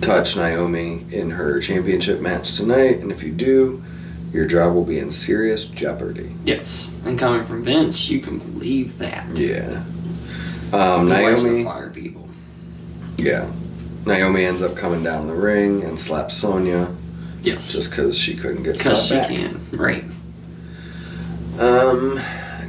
A: touch Naomi in her championship match tonight, and if you do, your job will be in serious jeopardy.
B: Yes. And coming from Vince, you can believe that.
A: Yeah. Um,
B: He likes to
A: Naomi.
B: fire people.
A: Yeah. Naomi ends up coming down the ring and slaps Sonya
B: Yes.
A: just because she couldn't get
B: Because
A: slapped
B: she
A: back.
B: can. Right.
A: Um,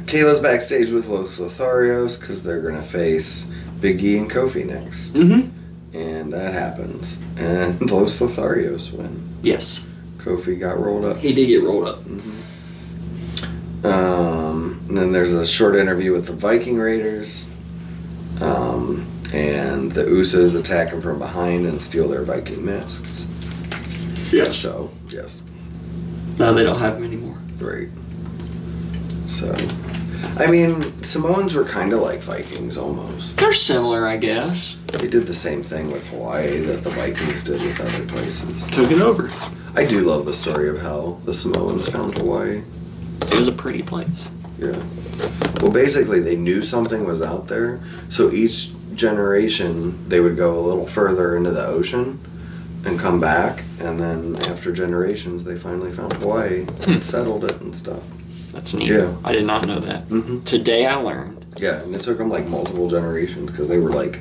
A: Kayla's backstage with Los Lotharios because they're gonna face Big E and Kofi next,
B: Mm hmm.
A: and that happens. And Los Lotharios win.
B: Yes,
A: Kofi got rolled up. Mm-hmm.
B: he did get rolled up.
A: Um, and then there's a short interview with the Viking Raiders. Um, and the Usas attack them from behind and steal their Viking masks.
B: Yes.
A: So, yes.
B: Now they don't have him anymore.
A: Right. So, I mean, Samoans were kind of like Vikings almost.
B: They're similar, I guess.
A: They did the same thing with Hawaii that the Vikings did with other places.
B: Took it over.
A: I do love the story of how the Samoans found Hawaii.
B: It was a pretty place.
A: Yeah. Well, basically, they knew something was out there, so each generation they would go a little further into the ocean and come back, and then after generations, they finally found Hawaii
B: Hmm.
A: and settled it and stuff.
B: That's neat.
A: Yeah.
B: I did not know that.
A: Mm-hmm.
B: Today I learned.
A: Yeah, and it took them like multiple generations because they were like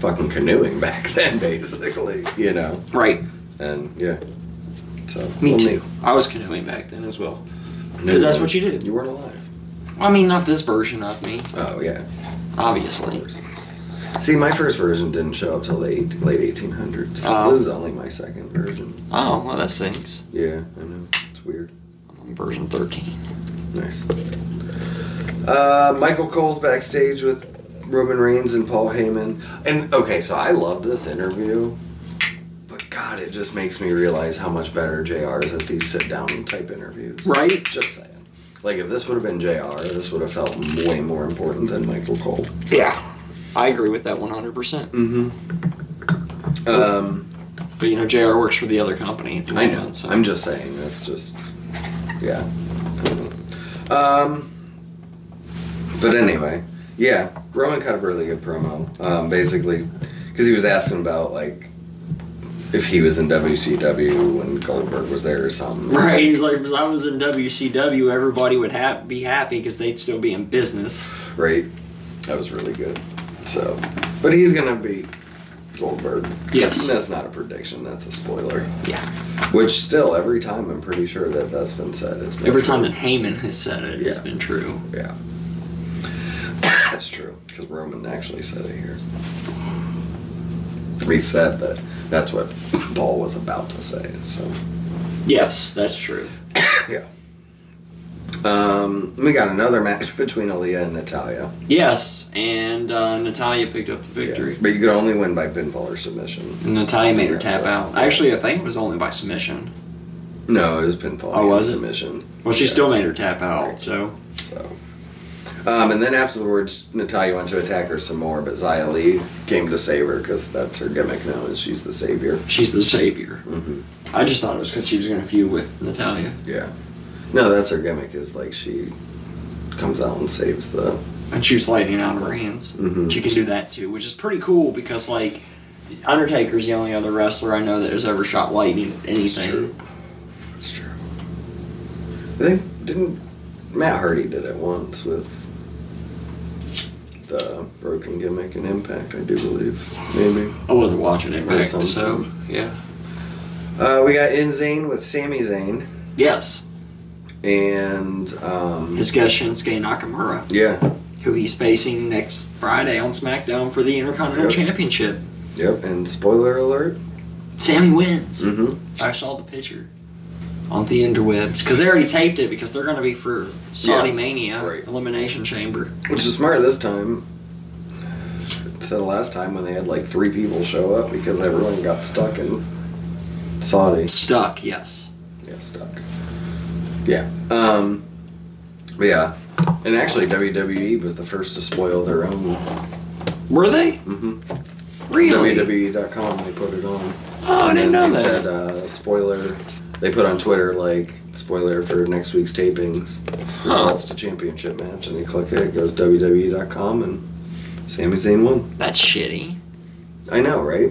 A: fucking canoeing back then, basically, you know.
B: Right.
A: And yeah, so
B: Me
A: well,
B: too. I was canoeing back then as well. Because that's what you did.
A: You weren't alive.
B: I mean, not this version of me,
A: Oh yeah.
B: obviously.
A: See, my first version didn't show up till the eight, late 1800s.
B: Oh.
A: This is only my second version.
B: Oh, well, that stinks.
A: Yeah, I know. It's weird.
B: I'm on version 13.
A: Nice. Uh, Michael Cole's backstage with Roman Reigns and Paul Heyman. And okay, so I love this interview, but God, it just makes me realize how much better JR is at these sit down and type interviews.
B: Right?
A: Just saying. Like, if this would have been JR, this would have felt way more important than Michael Cole.
B: Yeah. I agree with that 100%.
A: Mm hmm. Um,
B: But you know, JR works for the other company. at the
A: I know.
B: moment, so-
A: I'm just saying. That's just, yeah. Um, but anyway, yeah. Roman cut a really good promo. Um, basically, because he was asking about like if he was in WCW when Goldberg was there or something.
B: Right, he's like, if I was in WCW, everybody would ha- be happy because they'd still be in business.
A: Right. That was really good. So, but he's gonna be Goldberg.
B: Yes.
A: That's not a prediction, that's a spoiler.
B: Yeah.
A: Which, still, every time I'm pretty sure that that's been said. It's been
B: Every
A: true.
B: time that Heyman has said it, it's
A: Yeah.
B: been true.
A: Yeah. That's true, because Roman actually said it here. He said that that's what Paul was about to say, so.
B: Yes, that's true.
A: Yeah. Um, we got another match between Aaliyah and Natalia.
B: Yes, and uh, Natalia picked up the victory.
A: But you could only win by pinfall or submission.
B: And Natalia made her tap
A: That's right.
B: out. Actually, I think it was only by submission.
A: No, it was pinfall.
B: Oh,
A: and
B: was it?
A: Submission.
B: Well, she
A: Yeah.
B: still made her tap out,
A: Right.
B: so.
A: So. Um, and then afterwards, Natalia went to attack her some more, but Xia Li came to save her because that's her gimmick now is she's the savior.
B: She's the savior.
A: Mm-hmm.
B: I just thought it was because she was going to feud with Natalia.
A: Yeah. No, that's her gimmick is like she comes out and saves the.
B: and shoots lightning out of her hands.
A: Mhm.
B: She can do that too, which is pretty cool because like Undertaker's the only other wrestler I know that has ever shot lightning at anything.
A: It's true. I think didn't Matt Hardy did it once with the broken gimmick and impact. I do believe maybe.
B: I wasn't watching it back,
A: Awesome.
B: so yeah.
A: Uh, we got In Zane with Sami Zayn
B: Yes,
A: and um,
B: his guest Shinsuke Nakamura,
A: yeah,
B: who he's facing next Friday on SmackDown for the Intercontinental
A: Yep.
B: Championship.
A: yep. And spoiler alert.
B: Sammy wins.
A: Mm-hmm.
B: I saw the picture on the interwebs because they already taped it because they're going to be for Saudi
A: Yeah,
B: Mania
A: right.
B: Elimination Chamber.
A: Which is smart this time. Instead of last time when they had like three people show up because everyone got stuck in Saudi.
B: Stuck, yes.
A: Yeah, stuck. Yeah. Um, but yeah. And actually, WWE was the first to spoil their own.
B: Were they
A: Mm-hmm.
B: really?
A: WWE.com, E they put it on.
B: Oh, I
A: And
B: didn't
A: then
B: know
A: they
B: that.
A: said, uh, spoiler. They put on Twitter, like, spoiler for next week's tapings. Results to championship match. And they click it, it goes WWE.com, and Sami Zayn won.
B: That's shitty.
A: I know, right?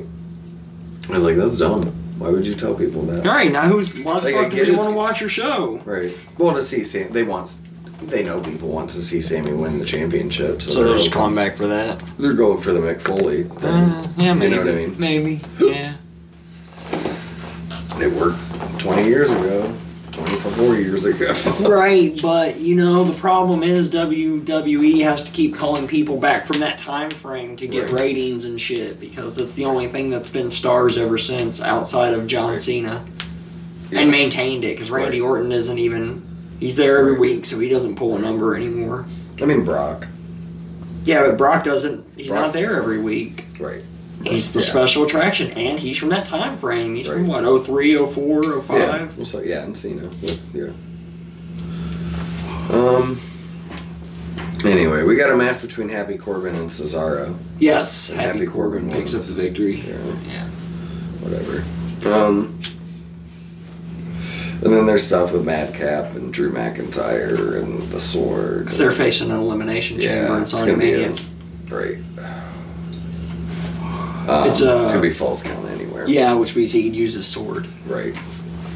A: I was like, that's dumb. Why would you tell people that?
B: All right, now who's why the
A: Like, I
B: fuck do
A: get
B: you
A: it's-
B: want to watch your show?
A: Right. Well, to see Sam, they want, they know people want to see Sammy win the championship, so,
B: So
A: they're,
B: they're just
A: going,
B: calling back for that.
A: they're going for the McFoley thing.
B: Uh, yeah, maybe.
A: You know what I mean?
B: Maybe. Yeah.
A: It worked 20 years ago, 24 years ago.
B: Right, but you know the problem is WWE has to keep calling people back from that time frame to get
A: Right.
B: ratings and shit because that's the only thing that's been stars ever since outside of John
A: Right.
B: Cena
A: Yeah.
B: and maintained it because Randy
A: Right.
B: Orton isn't even he's there every
A: Right.
B: week so he doesn't pull a number anymore.
A: I mean, Brock.
B: Yeah, but Brock doesn't. He's not
A: Brock's-
B: there every week.
A: Right.
B: He's the
A: Yeah.
B: special attraction, and he's from that time frame. He's from
A: Right.
B: what, 03, 04, 05?
A: Yeah. Well, So, yeah, and Cena. Yeah. Um. Anyway, we got a match between Happy Corbin and Cesaro.
B: Yes,
A: And
B: Happy,
A: Happy
B: Corbin,
A: Corbin
B: picks up
A: wins.
B: the victory.
A: Yeah.
B: Yeah.
A: whatever. Um, and then there's stuff with Madcap and Drew McIntyre and the sword.
B: 'Cause they're facing an elimination chamber.
A: yeah,
B: it's already mania.
A: great. Um,
B: It's,
A: it's,
B: uh,
A: gonna be false count anywhere.
B: Yeah, which means he can use his sword.
A: Right.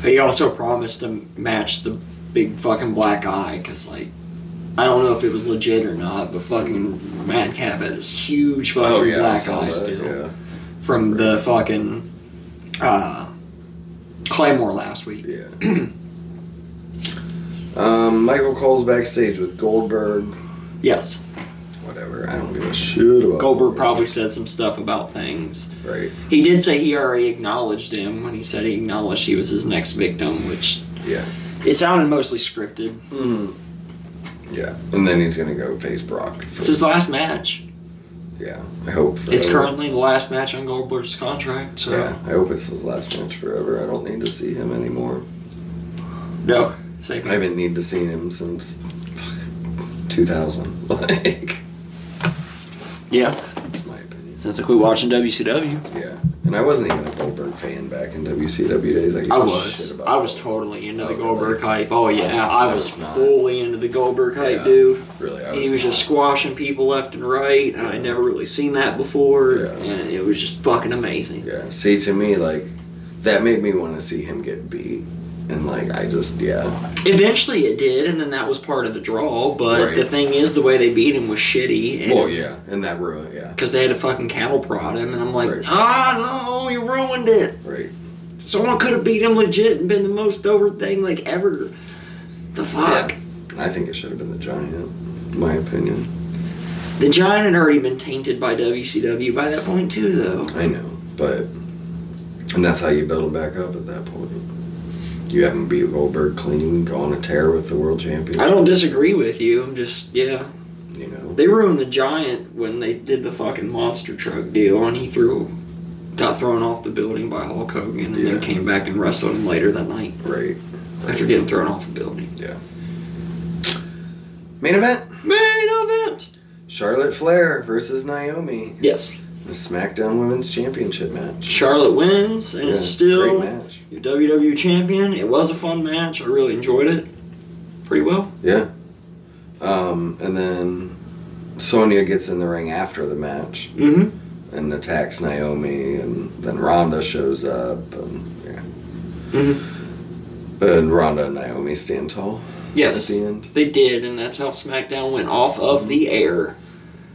B: But he also promised to match the big fucking black eye, because, like, I don't know if it was legit or not, but fucking Madcap had this huge fucking
A: Oh yeah. I
B: black
A: saw
B: eye
A: that,
B: still
A: Yeah.
B: from the fucking uh, Claymore last week.
A: Yeah. um, Michael Cole's backstage with Goldberg.
B: Yes.
A: Whatever. I don't give a shit about
B: Goldberg probably said some stuff about things.
A: Right.
B: He did say he already acknowledged him when he said he acknowledged he was his next victim, which
A: Yeah.
B: it sounded mostly scripted.
A: Mm. Yeah. And then he's gonna go face Brock. for-
B: It's his last match.
A: yeah. I hope. For
B: It's
A: over-
B: currently the last match on Goldberg's contract, so
A: Yeah, I hope it's his last match forever. I don't need to see him anymore.
B: no. Save
A: I
B: me.
A: haven't need to see him since fuck, 2000. Like,
B: Yeah.
A: that's my opinion.
B: Since I quit watching WCW.
A: Yeah, and I wasn't even a Goldberg fan back in WCW days. I, gave
B: I
A: a
B: was.
A: shit about
B: I was
A: Goldberg.
B: totally into
A: Oh,
B: the
A: really?
B: Goldberg hype. Oh yeah, I
A: I
B: was
A: was not.
B: fully into the Goldberg hype,
A: Yeah.
B: dude.
A: Really, I was.
B: He was just squashing people left and right, and I'd never really seen that before,
A: Yeah.
B: and it was just fucking amazing.
A: Yeah. See, to me, like that made me want to see him get beat. and like I just yeah.
B: Eventually it did, and then that was part of the draw. But
A: Right.
B: the thing is, the way they beat him was shitty. And
A: Well, yeah, and that ruined yeah.
B: Because they had to fucking cattle prod him, and I'm like,
A: Right.
B: ah, no, you ruined it.
A: Right.
B: Someone could have beat him legit and been the most over thing like ever. The fuck.
A: Yeah. I think it should have been the giant. in My opinion.
B: The Giant had already been tainted by WCW by that point too, though.
A: I know, but and that's how you build them back up at that point. You haven't beat Goldberg clean, go on a tear with the world championship.
B: I don't disagree with you. I'm just yeah.
A: You know.
B: They ruined the Giant when they did the fucking monster truck deal, and he threw, got thrown off the building by Hulk Hogan, and
A: Yeah.
B: then came back and wrestled him later that night
A: right.
B: after getting thrown off the building.
A: Yeah. Main event.
B: Main event.
A: Charlotte Flair versus Naomi.
B: Yes,
A: The SmackDown Women's Championship match.
B: Charlotte wins and
A: Yeah,
B: is still
A: great match.
B: your WWE champion. It was a fun match. I really enjoyed it. Pretty well.
A: Yeah. Um, and then Sonya gets in the ring after the match
B: Mm-hmm.
A: and attacks Naomi, and then Ronda shows up, and, yeah.
B: Mm-hmm.
A: and Ronda and Naomi stand tall
B: Yes.
A: at the end.
B: They did, and that's how SmackDown went off of the air.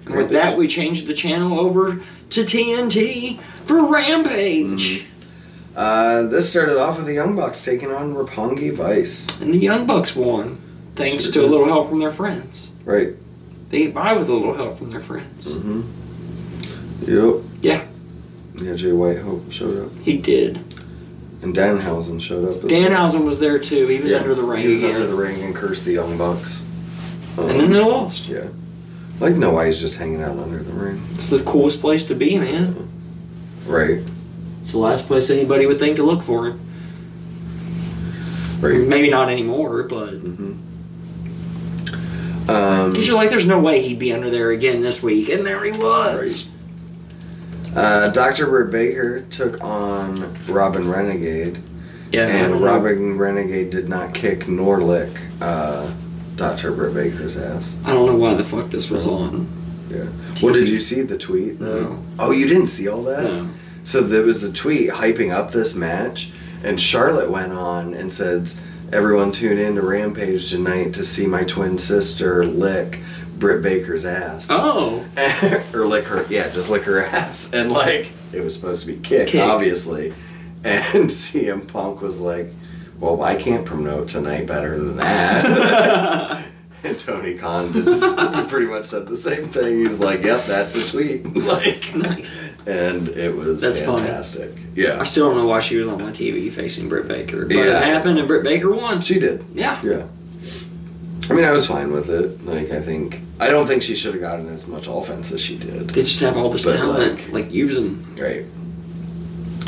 B: And with that, we changed the channel over to TNT for Rampage.
A: Mm-hmm. Uh, this started off with the Young Bucks taking on Rapongi Vice.
B: And the Young Bucks won, thanks
A: Sure
B: to a
A: did.
B: little help from their friends.
A: Right.
B: They get by with a little help from their friends.
A: Mm-hmm. Yep.
B: Yeah.
A: Yeah, Jay White Hope showed up.
B: He did.
A: And Danhausen showed up. as well.
B: Danhausen was there too. He was
A: Yeah,
B: under the rain.
A: He was
B: again.
A: under the ring and cursed the Young Bucks. Um,
B: and then they lost.
A: yeah, like no way he's just hanging out under the ring,
B: It's the coolest place to be, man.
A: right?
B: It's the last place anybody would think to look for him.
A: Right.
B: Maybe not anymore, but.
A: Mm-hmm. Um,
B: Because you're like, there's no way he'd be under there again this week. And there he was.
A: uh, Doctor Britt Baker took on Robin Renegade,
B: Yeah. I
A: and
B: don't know.
A: Robin Renegade did not kick nor lick uh, Doctor Britt Baker's ass.
B: I don't know why the fuck this was on.
A: Yeah. Well, did you see the tweet?
B: No.
A: Oh, you didn't see all that.
B: No.
A: So there was the tweet hyping up this match, and Charlotte went on and said, "Everyone tune in to Rampage tonight to see my twin sister lick Britt Baker's ass,
B: Oh.
A: or lick her, yeah, just lick her ass." And like it was supposed to be kick,
B: Kick.
A: obviously, and CM Punk was like, "Well, I can't promote tonight better than that." And Tony Khan did, pretty much said the same thing. He's like, "Yep, that's the tweet." like,
B: Nice.
A: and it was
B: That's funny.
A: fantastic.
B: I
A: Yeah,
B: still don't know why she was on my TV facing Britt Baker. But
A: Yeah.
B: it happened and Britt Baker won.
A: she did.
B: yeah.
A: Yeah, I mean, I was fine with it. Like, I think I don't think she should have gotten as much offense as she did.
B: They just have all this
A: But,
B: talent.
A: like-
B: Like, use them.
A: Right.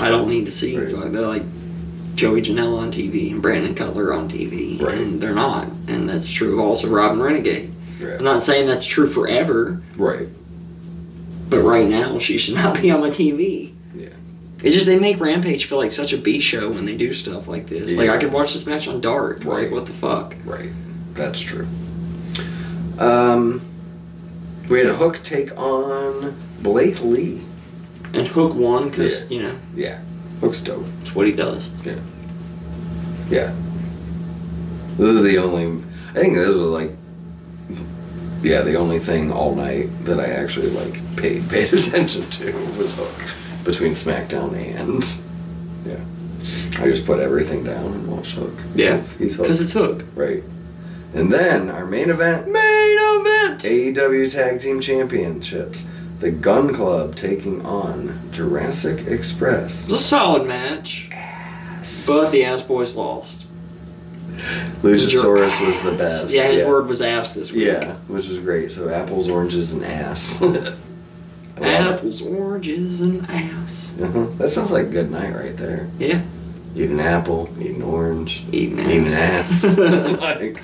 B: I don't need to see.
A: Right.
B: Like, they're like Joey Janela on TV and Brandon Cutler on TV.
A: Right.
B: And they're not. And that's true of also Robin Renegade.
A: Right.
B: I'm not saying that's true forever,
A: right.
B: but right now she should not be on my TV.
A: Yeah.
B: It's just they make Rampage feel like such a B show when they do stuff like this. Like
A: Yeah.
B: I could watch this match on Dark.
A: Right.
B: Like what the fuck?
A: Right. That's true. Um, we had a Hook take on Blake Lee.
B: And Hook won because you know
A: Yeah. Hook's dope.
B: it's what he does.
A: Yeah. This is the only. I think this was like. Yeah, the only thing all night that I actually like paid paid attention to was Hook between SmackDown and. Yeah. I just put everything down and watched Hook.
B: Yeah,
A: He's, he's
B: because
A: Hook.
B: it's Hook.
A: Right. And then our main event
B: Main event.
A: AEW E Tag Team Championships. The Gun Club taking on Jurassic Express.
B: It's a solid match, but the ass boys lost.
A: Luchasaurus was the best.
B: Yeah, his word was ass this week.
A: Yeah, which is great. So apples, oranges, and ass. I love it.
B: Apples, oranges, and ass.
A: Uh-huh. That sounds like a good night right there.
B: Yeah,
A: Eat an apple, eat an orange,
B: eating ass.
A: eat an ass. like,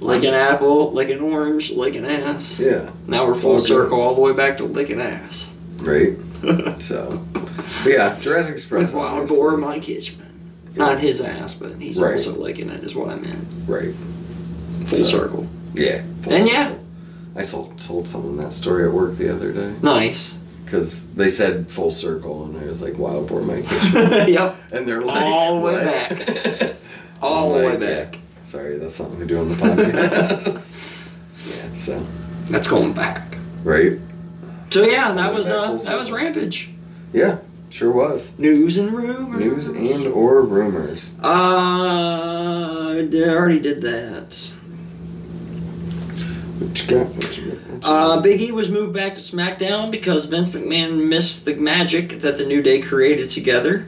B: like an apple, like an orange, like an ass.
A: yeah,
B: Now we're
A: It's all
B: full
A: good.
B: circle all the way back to licking ass.
A: right. So, but yeah, Jurassic Express.
B: With Wild
A: obviously.
B: Boar Mike Hitchman. Not his ass, but he's
A: Right.
B: also licking it, is what I meant.
A: Right.
B: Full
A: So-
B: circle.
A: Yeah. full
B: And
A: circle.
B: yeah.
A: I told told someone that story at work the other day
B: Nice.
A: because they said full circle, and I was like, "Wild boar, my kitchen,"
B: yep.
A: and they're like,
B: All the way
A: "What?"
B: all the way back.
A: yeah. Sorry, that's something we do on the podcast. yeah, so
B: That's going back.
A: right.
B: So yeah, that was uh,
A: Baffles.
B: that was Rampage.
A: Yeah, sure was.
B: News and rumors.
A: News and or rumors.
B: uh, I did- I already did that.
A: What you got? What you got? What you got?
B: Uh, Big E was moved back to SmackDown because Vince McMahon missed the magic that the New Day created together.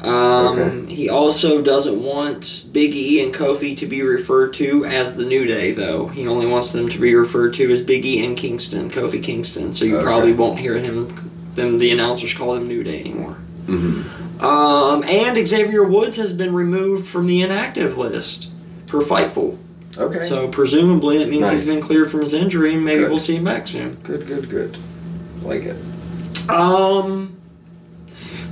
B: Um,
A: Okay.
B: He also doesn't want Big E and Kofi to be referred to as the New Day, though. He only wants them to be referred to as Big E and Kingston, Kofi Kingston. So you
A: Okay.
B: probably won't hear him, them, the announcers call them New Day anymore.
A: Mhm.
B: Um, and Xavier Woods has been removed from the inactive list for Fightful.
A: Okay.
B: So presumably that means he's
A: Nice.
B: been cleared from his injury, and maybe
A: Good.
B: we'll see him back soon.
A: good, good, good. Like it.
B: Um,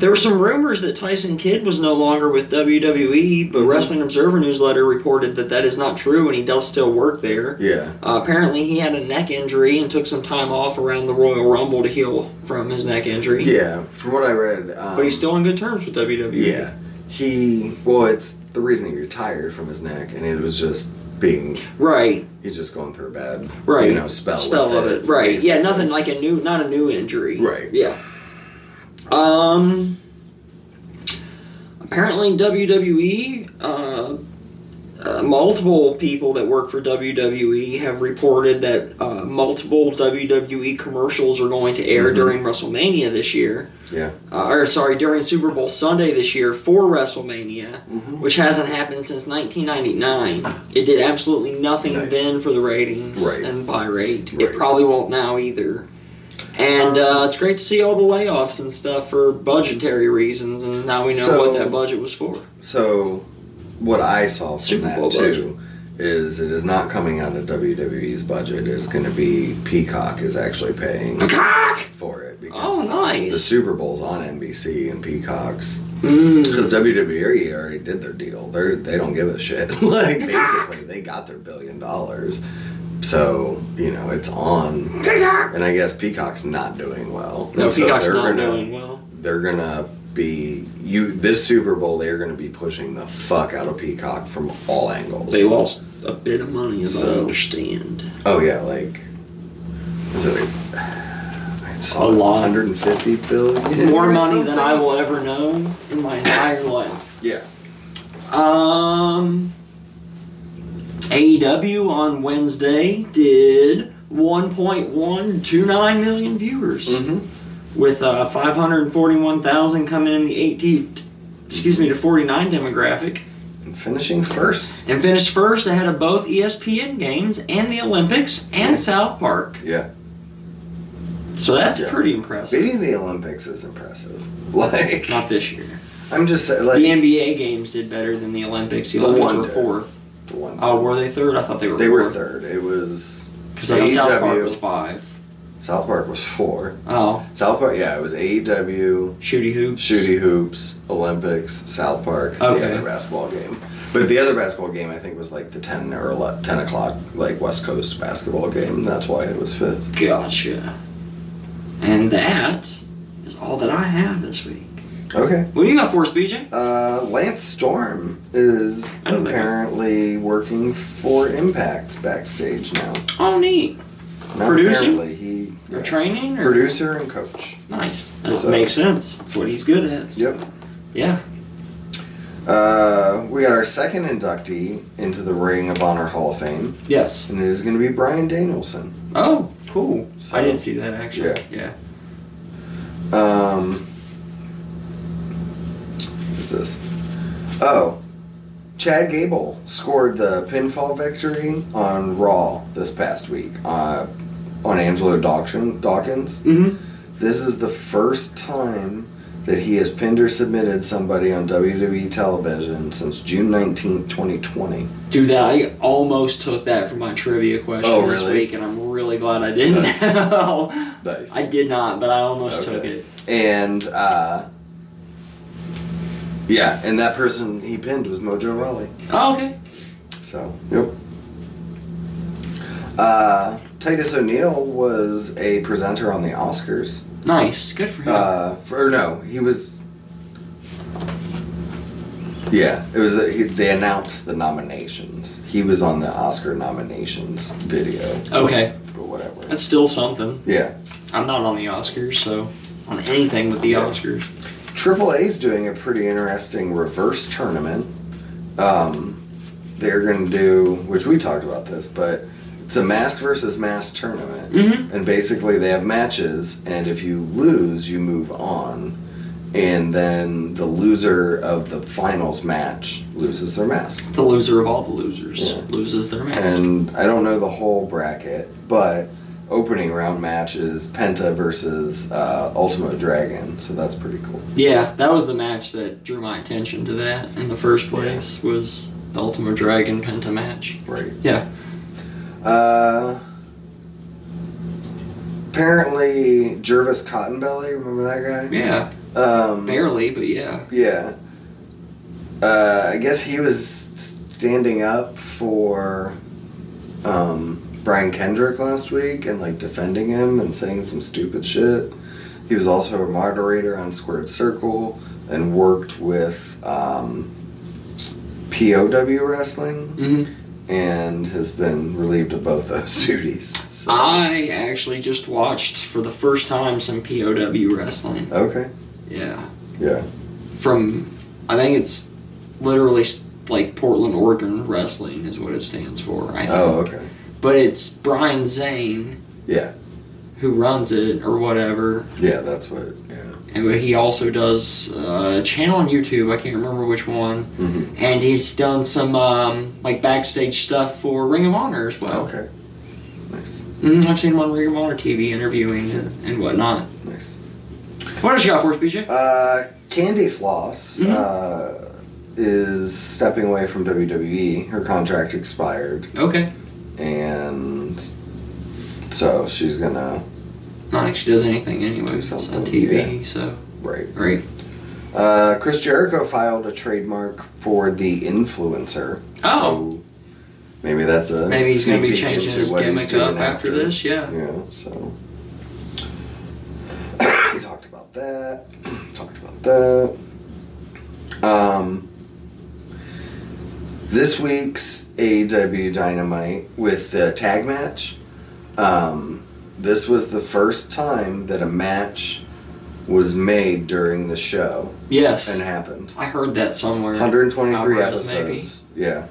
B: there were some rumors that Tyson Kidd was no longer with WWE,
A: Mm-hmm.
B: but Wrestling Observer newsletter reported that that is not true, and he does still work there.
A: Yeah.
B: Uh, apparently, he had a neck injury and took some time off around the Royal Rumble to heal from his neck injury.
A: Yeah. From what I read. Um,
B: But he's still on good terms with E. WWE.
A: Yeah. He. Well, it's the reason he retired from his neck, and it was just being.
B: Right.
A: He's just going through a bad.
B: Right.
A: You know, spell.
B: Spell
A: with
B: of it. Right. Yeah,
A: basically.
B: nothing like a new not a new injury.
A: Right.
B: Yeah. Um apparently in WWE uh, uh, multiple people that work for WWE have reported that uh, multiple WWE commercials are going to
A: Mm-hmm.
B: air during WrestleMania this year.
A: Yeah.
B: Uh, or sorry, during Super Bowl Sunday this year for WrestleMania,
A: Mhm.
B: which hasn't happened since 1999. It did absolutely nothing
A: Nice.
B: then for the ratings
A: Right.
B: and buy rate. It
A: Right. Um,
B: probably won't now either. And uh, it's great to see all the layoffs and stuff for budgetary reasons, and now we know
A: So-
B: what that budget was for.
A: So, what I saw from
B: Super
A: that
B: Bowl
A: too is it is not coming out of WWE's budget. It's going to be Peacock is actually paying
B: Cock!
A: for it because
B: Oh,
A: the
B: nice.
A: Super Bowl's on NBC and Peacock's
B: Mm.
A: because WWE E already did their deal. They they don't give a shit. like basically, they got their billion dollars. So you know it's on, and I guess Peacock's not doing well.
B: No,
A: And so
B: Peacock's
A: they're
B: not
A: gonna-
B: doing well.
A: they're gonna be you this Super Bowl. They're gonna be pushing the fuck out of Peacock from all angles.
B: They lost a bit of money, as I
A: So-
B: understand.
A: Oh yeah, like is it? A, I saw
B: A lot.
A: 150 billion.
B: More
A: or
B: money than
A: something.
B: I will ever know in my entire life.
A: Yeah.
B: Um, AEW on Wednesday did 1.129 million viewers,
A: Mm-hmm.
B: with uh, 541,000 coming in the 18, excuse me, to 49 demographic,
A: And finishing first.
B: and finished first ahead of both E ESPN games and the Olympics and South Park.
A: Yeah.
B: So that's
A: Yeah.
B: pretty impressive.
A: Beating the Olympics is impressive. Like
B: Not this year.
A: I'm just saying,
B: The
A: like
B: NBA games did better than the Olympics. The
A: The
B: Olympics
A: one
B: were
A: did.
B: fourth.
A: the one.
B: Oh, were they third? I thought they were.
A: they were
B: fourth.
A: third. E It was
B: Because I know South Park
A: AEW.
B: was five.
A: South Park was four.
B: Oh,
A: South Park, yeah, it was AEW.
B: shooty hoops.
A: Shooty Hoops, Olympics, South Park,
B: Okay.
A: the other basketball game. But the other basketball game, I think, was like the 10 or 11, 10 o'clock, like West Coast basketball game. That's why it was fifth.
B: Gotcha. And that is all that I have this week.
A: Okay.
B: What do you got for us, BJ?
A: Uh, Lance Storm is
B: I don't know.
A: apparently working for Impact backstage now.
B: Oh, neat.
A: Not
B: Producing?
A: Apparently he,
B: Or
A: yeah,
B: training? Or?
A: producer and coach.
B: Nice. That
A: So-
B: makes sense. That's what he's good at.
A: Yep.
B: Yeah.
A: Uh, we got our second inductee into the Ring of Honor Hall of Fame,
B: Yes.
A: and it is going to be Brian Danielson.
B: Oh, cool.
A: So-
B: I did see that actually. Yeah.
A: Um, what is this? Oh, Chad Gable scored the pinfall victory on Raw this past week uh, on Angelo Dawkin- Dawkins.
B: Mm-hmm.
A: This is the first time that he has pinned or submitted somebody on WWE television since June 19th, 2020.
B: Dude, that I almost took that for my trivia question
A: Oh,
B: this
A: really?
B: week, and I'm really glad I didn't.
A: Nice. Nice.
B: I did not, but I almost took
A: Okay.
B: it.
A: And, uh, yeah, and that person he pinned was Mojo Rawley.
B: Oh, okay.
A: So. Yep. Uh, Titus O'Neil was a presenter on the Oscars.
B: Nice. Good for him.
A: Uh, for, or no, he was. Yeah, it was. The, he, they announced the nominations. He was on the Oscar nominations video.
B: Okay.
A: Or whatever.
B: That's still something.
A: yeah.
B: I'm not on the Oscars, so on anything with the Oscars.
A: Triple A's doing a pretty interesting reverse tournament. Um, they're going to do, which we talked about this, but it's a mask versus mask tournament.
B: Mhm.
A: And basically, they have matches, and if you lose, you move on. And then the loser of the finals match loses their mask.
B: The loser of all the losers
A: Yeah.
B: loses their mask.
A: And I don't know the whole bracket, but opening round match is Penta versus uh, Ultimo Dragon, so that's pretty cool.
B: yeah, that was the match that drew my attention to that in the first place was the Ultimo Dragon Penta match.
A: Right.
B: Yeah.
A: Uh, apparently Jervis Cottonbelly, remember that
B: Yeah.
A: guy? Um,
B: Barely, but yeah.
A: Yeah. Uh, I guess he was standing up for um, Brian Kendrick last week and like defending him and saying some stupid shit. He was also a moderator on Squared Circle and worked with um, POW Wrestling
B: hmm
A: and has been relieved of both those duties. So,
B: I actually just watched for the first time some POW wrestling.
A: okay.
B: Yeah.
A: Yeah.
B: From, I think it's literally s- like Portland, Oregon wrestling is what it stands for. I think.
A: Oh, okay.
B: But it's Brian Zane
A: Yeah.
B: who runs it or whatever.
A: Yeah, that's what. Yeah.
B: And he also does uh, a channel on YouTube. I can't remember which one.
A: hmm
B: And he's done some um, like backstage stuff for Ring of Honor as well.
A: Okay. Nice.
B: Mm, I've seen him on Ring of Honor TV interviewing and, and whatnot.
A: Nice.
B: What else you got for us, BJ?
A: Uh, Candy Floss
B: Mhm.
A: uh, is stepping away from WWE. Her contract expired,
B: Okay.
A: and so she's gonna
B: Not like she does anything anyway.
A: Do
B: It's on
A: something,
B: TV, so
A: right.
B: great.
A: Uh, Chris Jericho filed a trademark for the influencer.
B: Oh,
A: So maybe that's a
B: maybe he's gonna
A: sneak
B: be
A: peek
B: changing
A: into
B: his
A: what he's
B: gimmick
A: doing
B: up after this. Yeah.
A: Yeah, so we talked about that. Talked about that. Um, this week's AEW Dynamite with the tag match. Um, this was the first time that a match was made during the show
B: Yes.
A: and happened.
B: I heard that somewhere.
A: 123
B: Alvarez,
A: episodes. Yeah.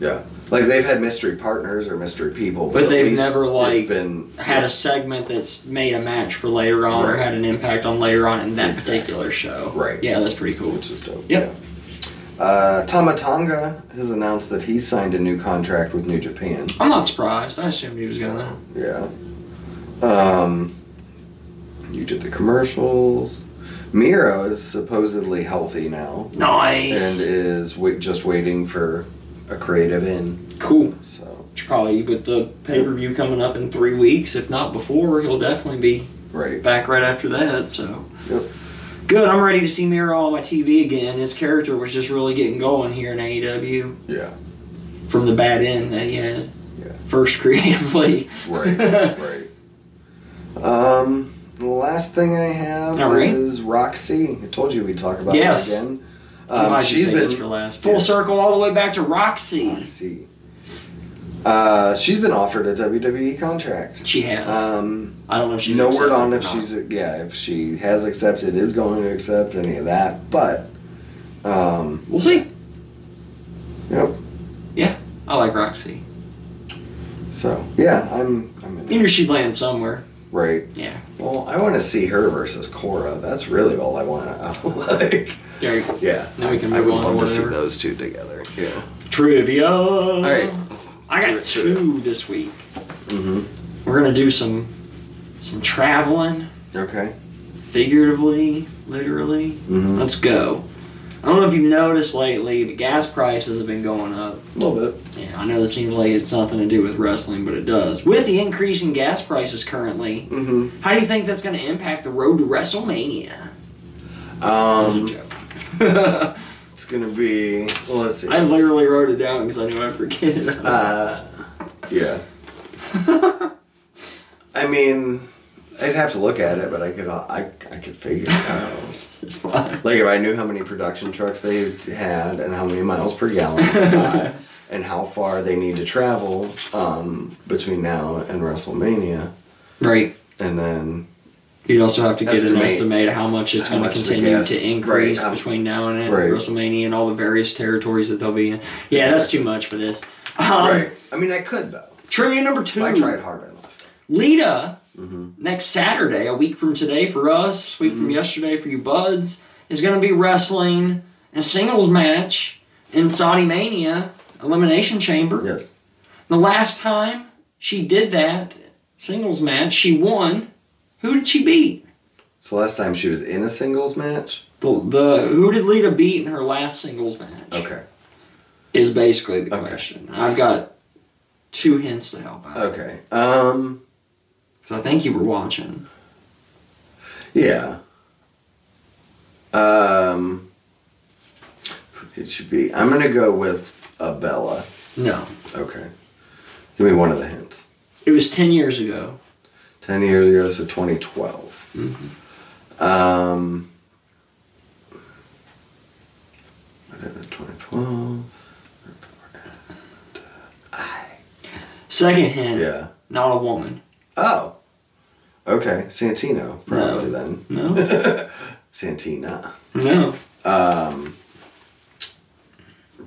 A: Yeah. Like they've had mystery partners or mystery people, but,
B: But
A: at
B: they've
A: least
B: never, like,
A: it's been
B: Had a segment that's made a match for later on, or
A: Right.
B: had an impact on later on in that
A: Exactly.
B: particular show.
A: Right.
B: Yeah, that's pretty cool.
A: which is dope.
B: Yep.
A: Yeah. Uh, Tama Tonga has announced that he signed a new contract with New Japan.
B: I'm not surprised. I assumed he was gonna.
A: Yeah. Um, you did the commercials. Miro is supposedly healthy now and
B: Nice.
A: is wait, just waiting for a creative in.
B: cool.
A: So
B: Which probably with the pay per view coming up in three weeks, if not before, he'll definitely be
A: right.
B: back right after that. So.
A: Yep.
B: Good. I'm ready to see Miro on my TV again. His character was just really getting going here in AEW
A: Yeah.
B: from the bad end that he had.
A: Yeah.
B: First creatively.
A: Right. right. Um. The last thing I have
B: All right.
A: is Roxy. I told you we'd talk about
B: Yes.
A: her again.
B: I'm
A: Um,
B: glad you
A: she's
B: saved
A: been
B: this for last. Full circle all the way back to Roxy.
A: I see. Uh, she's been offered a WWE contract.
B: She has.
A: Um,
B: I don't know if she's
A: no word
B: accepted
A: on
B: or
A: if
B: not.
A: she's yeah if she has accepted is going to accept any of that. But um,
B: We'll see.
A: yep.
B: I like Roxy.
A: So yeah, I'm I'm
B: You
A: in
B: knew she'd land somewhere.
A: right.
B: Yeah.
A: Well, I want to see her versus Cora. That's really all I want to like.
B: There you go.
A: Yeah,
B: Now we can
A: I, I would
B: move on to
A: love to see
B: whatever.
A: those two together. Yeah.
B: Trivia. All
A: All right.
B: I got two this week.
A: Mm-hmm.
B: We're gonna do some some traveling,
A: Okay.
B: figuratively, literally.
A: Mm-hmm.
B: Let's go. I don't know if you've noticed lately, but gas prices have been going up.
A: A little bit.
B: Yeah, I know this seems like it's nothing to do with wrestling, but it does. With the increase in gas prices currently,
A: Mm-hmm.
B: how do you think that's going to impact the road to WrestleMania? That was a
A: Um,
B: joke.
A: it's gonna be. Well, let's see.
B: I literally wrote it down because I knew I'd forget it.
A: Uh, yeah. I mean, I'd have to look at it, but I could uh, I, I could figure it out.
B: It's fine.
A: Like if I knew how many production trucks they had and how many miles per gallon they got and how far they need to travel um, between now and WrestleMania,
B: Right.
A: and then
B: You'd also have to get an
A: Estimate
B: estimate of how much it's
A: how
B: going to
A: much the
B: continue
A: gas-
B: to increase
A: right, um,
B: between now and then,
A: right.
B: WrestleMania and all the various territories that they'll be in. Yeah, that's too much for this. Um,
A: right. I mean, I could though.
B: Trivia number two.
A: If I tried hard enough.
B: Lita
A: Mm-hmm.
B: next Saturday, a week from today for us, a week from yesterday for you buds, is going to be wrestling in a singles match in Saudi Mania Elimination Chamber.
A: Yes.
B: The last time she did that singles match, she won. Who did she beat?
A: So last time she was in a singles match.
B: The, the who did Lita beat in her last singles match?
A: Okay.
B: is basically the
A: Okay.
B: question. I've got two hints to help out
A: Okay. Um.
B: because I think you were watching.
A: Yeah. Um. Who did she be? I'm gonna go with Abella.
B: No,
A: Okay. Give me one of the hints.
B: it was ten years ago.
A: 10 years ago, so 2012. Um, what is it, 2012.
B: Second hint.
A: Yeah.
B: Not a woman.
A: Oh. Okay. Santino, probably
B: No.
A: then.
B: No.
A: Santina.
B: no.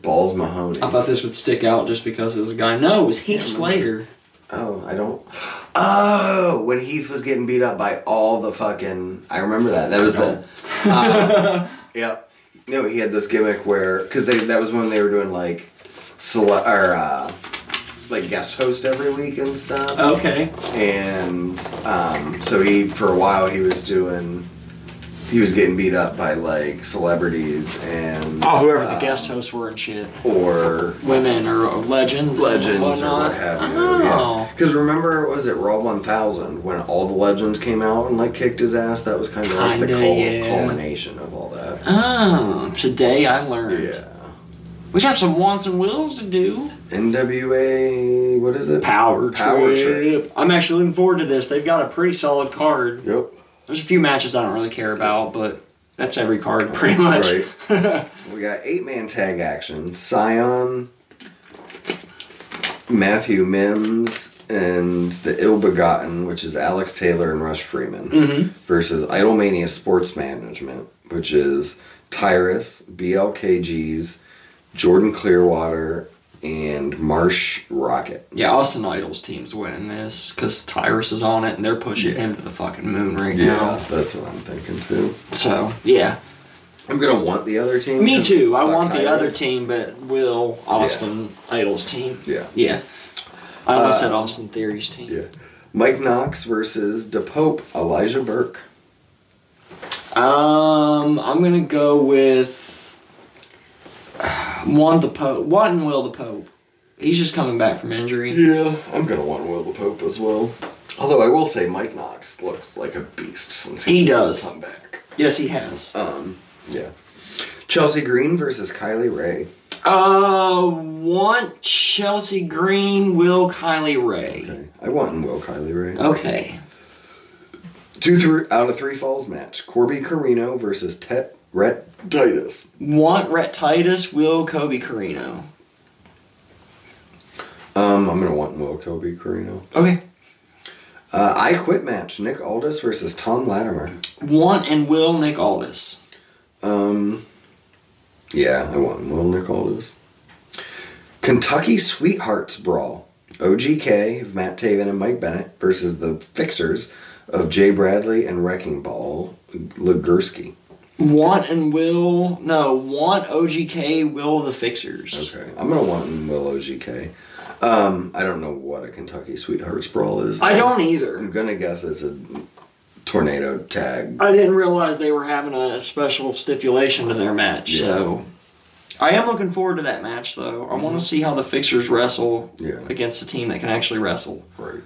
A: Balls Mahoney.
B: I thought this would stick out just because it was a guy. No, it was Heath
A: Yeah,
B: Slater.
A: Oh, I don't. Oh, when Heath was getting beat up by all the fucking. I remember that. That was the. um, yep. No, he had this gimmick where because they that was when they were doing like, sele- or uh, like guest host every week and stuff.
B: Okay.
A: And um, so he for a while he was doing. He was getting beat up by like celebrities and
B: Oh, whoever the
A: uh,
B: guest hosts were and shit.
A: or
B: Women or legends. and
A: legends or
B: whatnot.
A: what have you.
B: Oh.
A: Because remember, was it Raw 1000 when all the legends came out and like kicked his ass? That was kind of like the
B: Kinda,
A: cul-
B: yeah.
A: culmination of all that.
B: Oh, today I learned.
A: Yeah.
B: We got some wants and wills to do.
A: NWA, what is it?
B: Power,
A: Power
B: trip. I'm actually looking forward to this. They've got a pretty solid card.
A: Yep.
B: There's a few matches I don't really care about, but that's every card pretty much.
A: We got eight man tag action. Scion, Matthew Mims, and the Ill Begotten, which is Alex Taylor and Rush Freeman,
B: Mm-hmm.
A: versus Idolmania Sports Management, which is Tyrus, BLKGs, Jordan Clearwater, and Marsh Rocket.
B: yeah, Austin Idol's team's winning this because Tyrus is on it and they're pushing him to the fucking moon right now.
A: that's what I'm thinking too.
B: So yeah,
A: I'm gonna want the other team.
B: me
A: 'cause
B: too. I
A: fuck
B: want the other
A: Tyrus.
B: team, but Will Austin Idol's team.
A: Yeah. Uh,
B: yeah. I almost said Austin Theory's team.
A: Yeah. Mike Knox versus DePope, Elijah Burke.
B: Um, I'm gonna go with want the Pope, want and Will the Pope. He's just coming back from injury.
A: Yeah, I'm gonna want Will the Pope as well. Although I will say Mike Knox looks like a beast since
B: He
A: he's
B: does.
A: come back.
B: Yes, he has.
A: Um, yeah. Chelsea Green versus Kylie Ray.
B: Uh, want Chelsea Green, Will Kylie Ray.
A: Okay. I want Will Kylie Ray.
B: Oh. Okay.
A: Two three out of three falls match. Corby Carino versus Tet Rhett Titus.
B: Want Rhett Titus, Will Kobe Carino.
A: Um, I'm gonna want Will Kobe Carino.
B: Okay.
A: Uh, I quit match. Nick Aldis versus Tom Latimer.
B: Want and Will Nick Aldis.
A: Um, yeah, I want Will Nicholas. Kentucky Sweethearts Brawl. OGK of Matt Taven and Mike Bennett versus the Fixers of Jay Bradley and Wrecking Ball Ligursky.
B: Want and Will, no, want OGK, Will the Fixers.
A: Okay, I'm gonna want Will OGK. Um, I don't know what a Kentucky Sweethearts Brawl is.
B: I don't
A: I'm
B: either.
A: gonna guess it's a tornado tag.
B: I didn't realize they were having a special stipulation to their match, so. I am looking forward to that match, though. I want to see how the Fixers wrestle
A: Yeah.
B: against a team that can actually wrestle.
A: Right.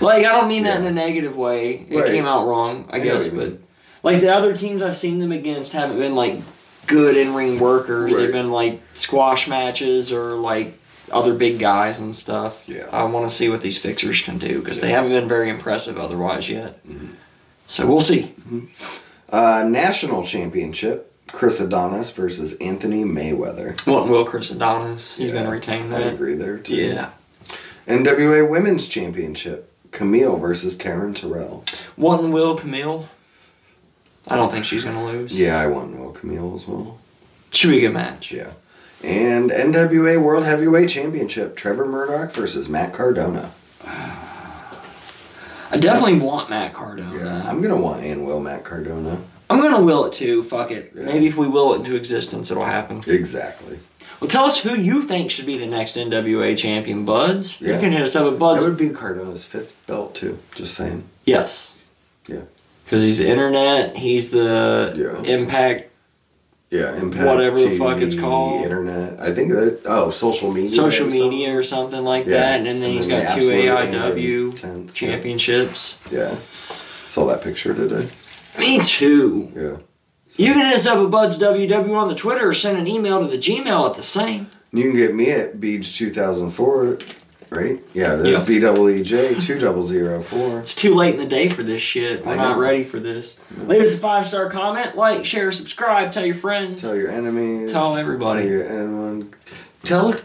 B: Like I don't mean that in
A: Yeah.
B: a negative way. It
A: Right.
B: came out wrong, I,
A: know
B: guess,
A: what you
B: but
A: mean.
B: like the other teams I've seen them against haven't been like good in ring workers.
A: Right.
B: They've been like squash matches or like other big guys and stuff.
A: Yeah.
B: I want to see what these fixers can do because they haven't been very impressive otherwise yet.
A: Mm-hmm.
B: So we'll see.
A: Uh, national championship. Chris Adonis versus Anthony Mayweather.
B: What will Chris Adonis? He's going
A: Yeah,
B: to retain
A: I
B: that.
A: agree there too.
B: Yeah.
A: NWA Women's Championship. Camille versus Taryn Terrell.
B: What and will Camille? I don't think she's going to lose.
A: Yeah, I want Will Camille as well.
B: Should be a good match.
A: Yeah. And NWA World Heavyweight Championship. Trevor Murdoch versus Matt Cardona.
B: I definitely want Matt Cardona.
A: I'm gonna want and will Matt Cardona.
B: I'm gonna will it too. Fuck it.
A: Yeah.
B: Maybe if we will it into existence, it'll happen.
A: Exactly.
B: Well, tell us who you think should be the next NWA champion, Buds.
A: Yeah.
B: You can hit us up at
A: That
B: Buds.
A: would be Cardona's fifth belt too. Just saying.
B: yes,
A: Yeah.
B: because he's the internet. He's the
A: Yeah.
B: impact
A: Yeah. Impact.
B: Whatever the fuck it's called.
A: Internet. I think that. Oh, social media.
B: social
A: or something.
B: media or something like
A: Yeah.
B: that. And then, he's
A: the
B: got two
A: absolute
B: AIW
A: and intense, yeah.
B: championships.
A: Yeah. Saw that picture today.
B: Me too.
A: Yeah.
B: You can hit us up at Buds WW on the Twitter or send an email to the Gmail at the same.
A: And you can get me at Beej two thousand four. Right? Yeah, that's
B: Yeah.
A: B double E J two double zero four.
B: It's too late in the day for this shit. We're
A: I
B: not
A: know.
B: ready for this. Leave us a five star comment, like, share, subscribe, tell your friends.
A: Tell your enemies.
B: Tell everybody.
A: Tell your anyone. Tell.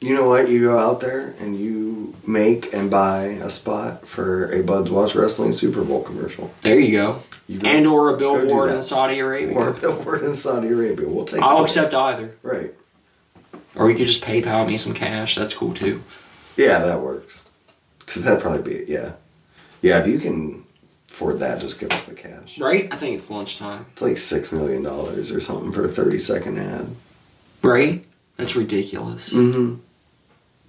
A: You know what? You go out there and you make and buy a spot for a Buds Watch Wrestling Super Bowl commercial.
B: There you go.
A: You go-
B: And or a
A: do
B: billboard
A: that.
B: in Saudi Arabia.
A: Or billboard in Saudi Arabia. We'll take.
B: I'll
A: it.
B: accept either.
A: Right.
B: Or you could just PayPal me some cash. That's cool too.
A: Yeah, that works. Cause that'd probably be it. Yeah. Yeah, if you can afford that, just give us the cash.
B: Right? I think it's lunchtime.
A: It's like six million dollars or something for a thirty second ad.
B: Right? That's ridiculous.
A: Mm-hmm.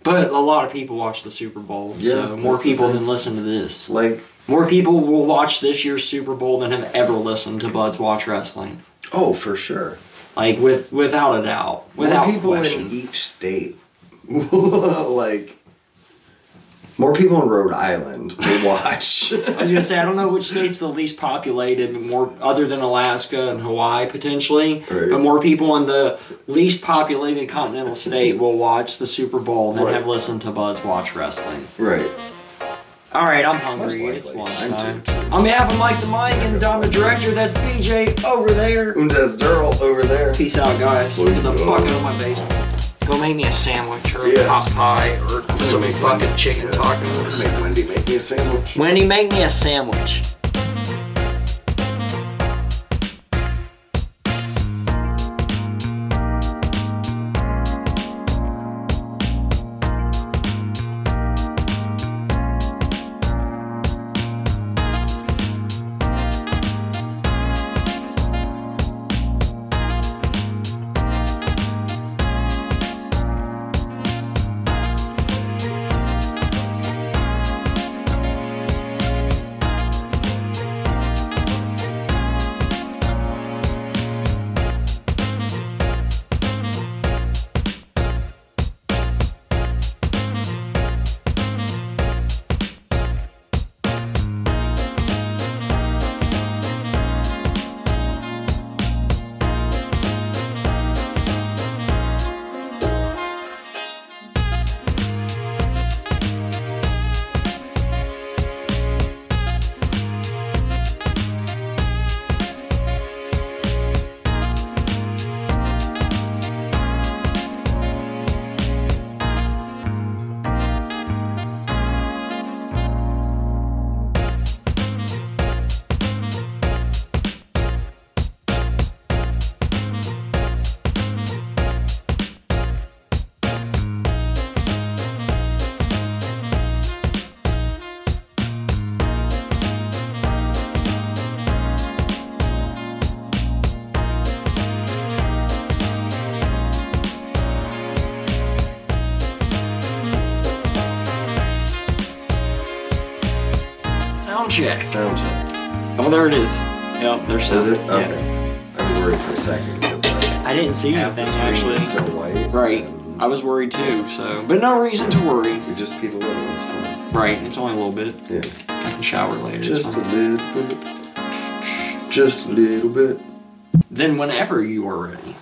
B: But a lot of people watch the Super Bowl,
A: Yeah,
B: so more
A: that's the
B: people
A: thing.
B: than listen to this.
A: Like,
B: More people will watch this year's Super Bowl than have ever listened to Bud's Watch Wrestling.
A: oh, for sure.
B: Like with without a doubt, without
A: more people
B: question.
A: in each state. like more people in Rhode Island will watch.
B: I was gonna say I don't know which state's the least populated, but more other than Alaska and Hawaii potentially,
A: Right.
B: but more people in the least populated continental state will watch the Super Bowl than
A: Right.
B: have listened to Bud's watch wrestling.
A: right.
B: All right, I'm hungry.
A: Most
B: It's
A: likely. I'm
B: lunchtime.
A: too.
B: On behalf of Mike the Mike and Dom the Director, that's BJ over there.
A: Undes Durrell over there.
B: Peace out, guys.
A: Well,
B: Get the
A: you
B: fuck
A: know.
B: out of my basement. Go make me a sandwich or
A: Yeah.
B: a pot pie or some
A: make
B: fucking
A: one.
B: chicken tacos.
A: Make Wendy make me a sandwich.
B: Wendy, make me a sandwich. Sound check.
A: Sound check.
B: Oh, there it is. Yep, there's
A: Is
B: sound.
A: it?
B: Yeah.
A: Okay. I was worried for a second because like,
B: I didn't see
A: half
B: anything
A: the screen
B: actually.
A: is still white.
B: Right.
A: and
B: I was worried too, so. But no reason to worry.
A: We just peed a little. It's fine.
B: Right, it's only a little bit.
A: Yeah.
B: I can shower later. it's
A: Just a
B: fine.
A: little bit. Just a little bit.
B: Then whenever you are ready.